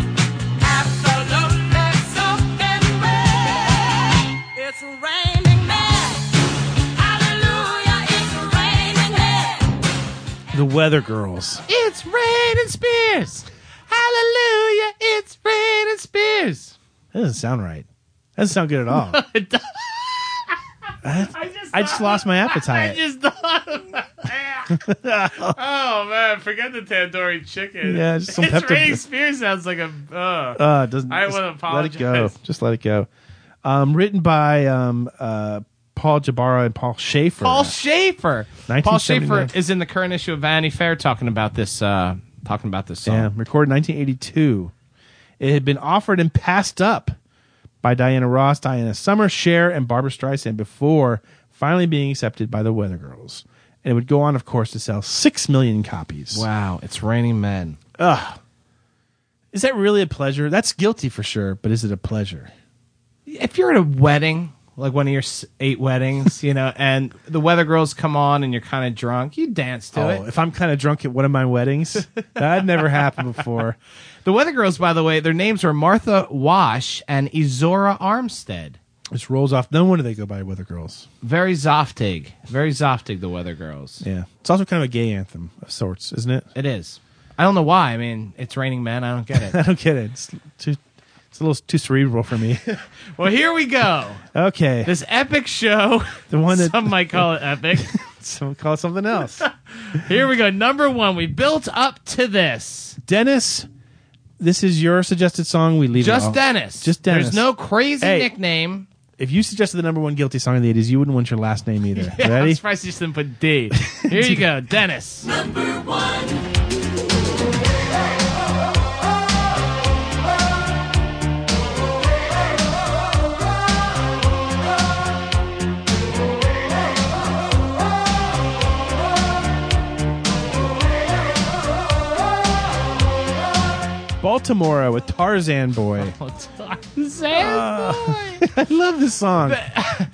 [SPEAKER 7] absolutely soaking wet. It's raining men. Hallelujah, it's raining men.
[SPEAKER 1] The Weather Girls.
[SPEAKER 2] It's raining spears. Hallelujah. It's raining spears.
[SPEAKER 1] That doesn't sound right. That doesn't sound good at all. I, just lost my
[SPEAKER 2] I
[SPEAKER 1] appetite.
[SPEAKER 2] just thought of Oh man, forget the tandoori chicken.
[SPEAKER 1] Yeah, just some
[SPEAKER 2] it's
[SPEAKER 1] pepper-
[SPEAKER 2] Ray Spears sounds like a. Uh,
[SPEAKER 1] Uh, it doesn't.
[SPEAKER 2] I
[SPEAKER 1] just
[SPEAKER 2] want to apologize.
[SPEAKER 1] Let it go. Just let it go. Um, written by um, uh, Paul Jabara and Paul Schaefer.
[SPEAKER 2] Paul Schaefer. Paul
[SPEAKER 1] 1979.
[SPEAKER 2] Schaefer is in the current issue of Vanity Fair talking about this. Uh, talking about this song.
[SPEAKER 1] Yeah, recorded 1982. It had been offered and passed up by Diana Ross, Diana Summer, Cher, and Barbara Streisand before finally being accepted by the Weather Girls. And it would go on, of course, to sell six million copies.
[SPEAKER 14] Wow, it's raining men.
[SPEAKER 1] Ugh. Is that really a pleasure? That's guilty for sure, but is it a pleasure?
[SPEAKER 14] If you're at a wedding, like one of your s- eight weddings, you know, and the weather girls come on and you're kind of drunk, you dance to
[SPEAKER 1] oh,
[SPEAKER 14] it.
[SPEAKER 1] if I'm kind of drunk at one of my weddings, that had never happened before.
[SPEAKER 14] The weather girls, by the way, their names are Martha Wash and Izora Armstead.
[SPEAKER 1] This rolls off. No wonder they go by Weather Girls.
[SPEAKER 14] Very Zoftig. Very Zoftig, the weather girls.
[SPEAKER 1] Yeah. It's also kind of a gay anthem of sorts, isn't it?
[SPEAKER 14] It is. I don't know why. I mean, it's raining men. I don't get
[SPEAKER 1] I
[SPEAKER 14] it.
[SPEAKER 1] don't get it. It's too, it's a little too cerebral for me.
[SPEAKER 2] Well, here we go.
[SPEAKER 1] okay,
[SPEAKER 2] This epic show.
[SPEAKER 1] The one that-
[SPEAKER 2] some might call it epic.
[SPEAKER 1] some call it something else.
[SPEAKER 2] here we go. Number one. We built up to this.
[SPEAKER 1] Dennis, this is your suggested song. We leave it
[SPEAKER 2] Just
[SPEAKER 1] off.
[SPEAKER 2] Dennis.
[SPEAKER 1] Just Dennis.
[SPEAKER 2] There's no crazy
[SPEAKER 1] Hey.
[SPEAKER 2] nickname.
[SPEAKER 1] If you suggested the number one guilty song of the '80s, you wouldn't want your last name either.
[SPEAKER 2] Yeah, I'm
[SPEAKER 1] Ready?
[SPEAKER 2] surprised you just didn't put D. Here you go, Dennis.
[SPEAKER 1] Baltimore with Tarzan Boy. Uh. I love this song.
[SPEAKER 2] I-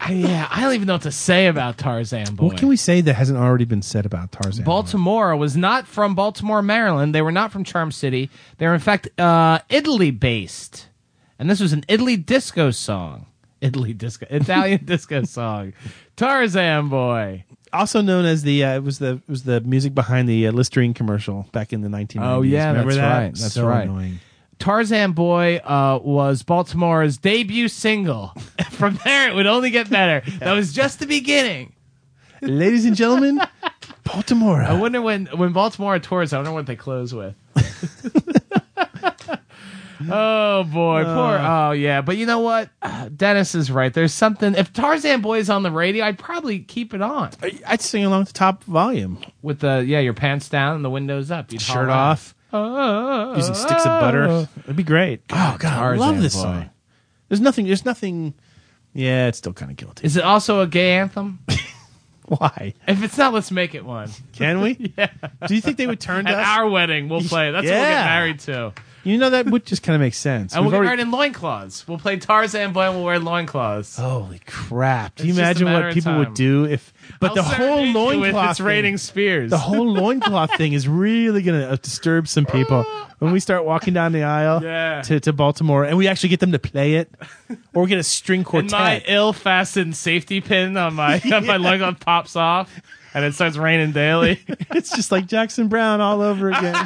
[SPEAKER 2] I- yeah, I don't even know what to say about Tarzan Boy.
[SPEAKER 1] What can we say that hasn't already been said about Tarzan?
[SPEAKER 14] Baltimore was not from Baltimore, Maryland. They were not from Charm City. They were, in fact, uh, Italy based. And this was an Italy disco song. Italy disco, Italian disco song. Tarzan Boy.
[SPEAKER 1] also known as the uh, it was the it was the music behind the uh, Listerine commercial back in the 1990s.
[SPEAKER 14] Oh, yeah,
[SPEAKER 1] Remember
[SPEAKER 14] that's
[SPEAKER 1] that?
[SPEAKER 14] right. That's
[SPEAKER 1] so
[SPEAKER 14] right.
[SPEAKER 1] annoying.
[SPEAKER 14] Tarzan Boy uh, was Baltimore's debut single. From there, it would only get better. That was just the beginning.
[SPEAKER 1] Ladies and gentlemen, Baltimore.
[SPEAKER 2] I wonder when when Baltimore tours. I wonder what they close with.
[SPEAKER 14] Oh boy, poor.
[SPEAKER 2] Uh.
[SPEAKER 14] Oh yeah, but you know what? Dennis is right. There's something. If Tarzan Boy is on the radio, I'd probably keep it on
[SPEAKER 1] I'd sing along to top volume,
[SPEAKER 14] with the yeah, your pants down and the windows up, You'd
[SPEAKER 1] shirt
[SPEAKER 14] holler out.
[SPEAKER 1] off,
[SPEAKER 14] Oh,
[SPEAKER 1] using sticks of butter. It'd be great. Oh god, I
[SPEAKER 14] Tarzan
[SPEAKER 1] love this
[SPEAKER 14] boy.
[SPEAKER 1] song. There's nothing. There's nothing. Yeah, it's still kind of guilty.
[SPEAKER 14] Is it also a gay anthem?
[SPEAKER 1] Why?
[SPEAKER 14] if it's not, let's make it one.
[SPEAKER 1] Can we? yeah. Do you think they would turn to
[SPEAKER 2] At
[SPEAKER 1] us?
[SPEAKER 2] our wedding, we'll play. That's what we'll
[SPEAKER 1] Yeah.
[SPEAKER 2] get married to.
[SPEAKER 1] you know that would just kind of make sense.
[SPEAKER 2] And we'll
[SPEAKER 1] We've
[SPEAKER 2] get
[SPEAKER 1] already-
[SPEAKER 2] married in loincloths. We'll play Tarzan Boy and we'll wear loincloths.
[SPEAKER 1] Holy crap! Do you
[SPEAKER 2] It's just a
[SPEAKER 1] imagine
[SPEAKER 2] matter
[SPEAKER 1] what
[SPEAKER 2] of
[SPEAKER 1] people
[SPEAKER 2] time.
[SPEAKER 1] would do if? But
[SPEAKER 2] I'll
[SPEAKER 1] the whole
[SPEAKER 2] serenade you with
[SPEAKER 1] loincloth.
[SPEAKER 2] It's
[SPEAKER 1] thing-
[SPEAKER 2] raining spears.
[SPEAKER 1] The whole loincloth thing is really going to disturb some people when we start walking down the aisle
[SPEAKER 2] Yeah.
[SPEAKER 1] to, to Baltimore and we actually get them to play it or we get a string
[SPEAKER 2] and my
[SPEAKER 1] quartet.
[SPEAKER 2] ill-fastened safety pin on my on my loincloth pops off, and it starts raining daily.
[SPEAKER 1] it's just like Jackson Brown all over again.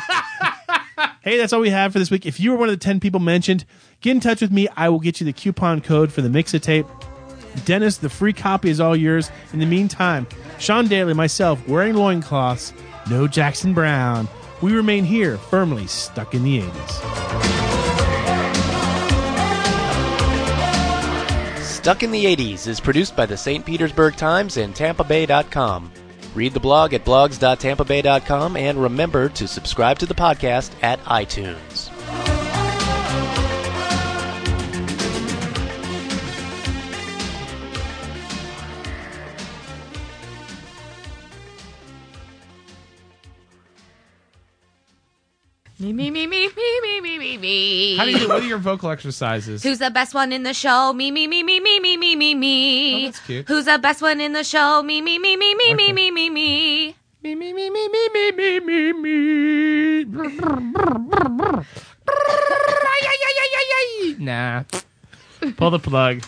[SPEAKER 1] hey, that's all we have for this week. If you were one of the 10 people mentioned, get in touch with me. I will get you the coupon code for the Mixotape. Dennis, the free copy is all yours. In the meantime, Sean Daly, myself, wearing loincloths, no Jackson Brown. We remain here, firmly stuck in the 80s.
[SPEAKER 3] Stuck in the 80s is produced by the St. Petersburg Times and TampaBay.com.
[SPEAKER 13] Read the blog at blogs.tampabay.com and remember to subscribe to the podcast at iTunes.
[SPEAKER 9] Me, me, me, me, me, me, me, me, me.
[SPEAKER 2] How do you do? What are your vocal exercises?
[SPEAKER 9] Who's the best one in the show? Me, me, me, me, me, me, me, me, me.
[SPEAKER 2] Oh, that's cute.
[SPEAKER 9] Who's the best one in the show? Me, me, me, me, me, me, me, me, me.
[SPEAKER 2] Me, me, me, me, me, me, me, me, me. nah.
[SPEAKER 15] Pull the plug.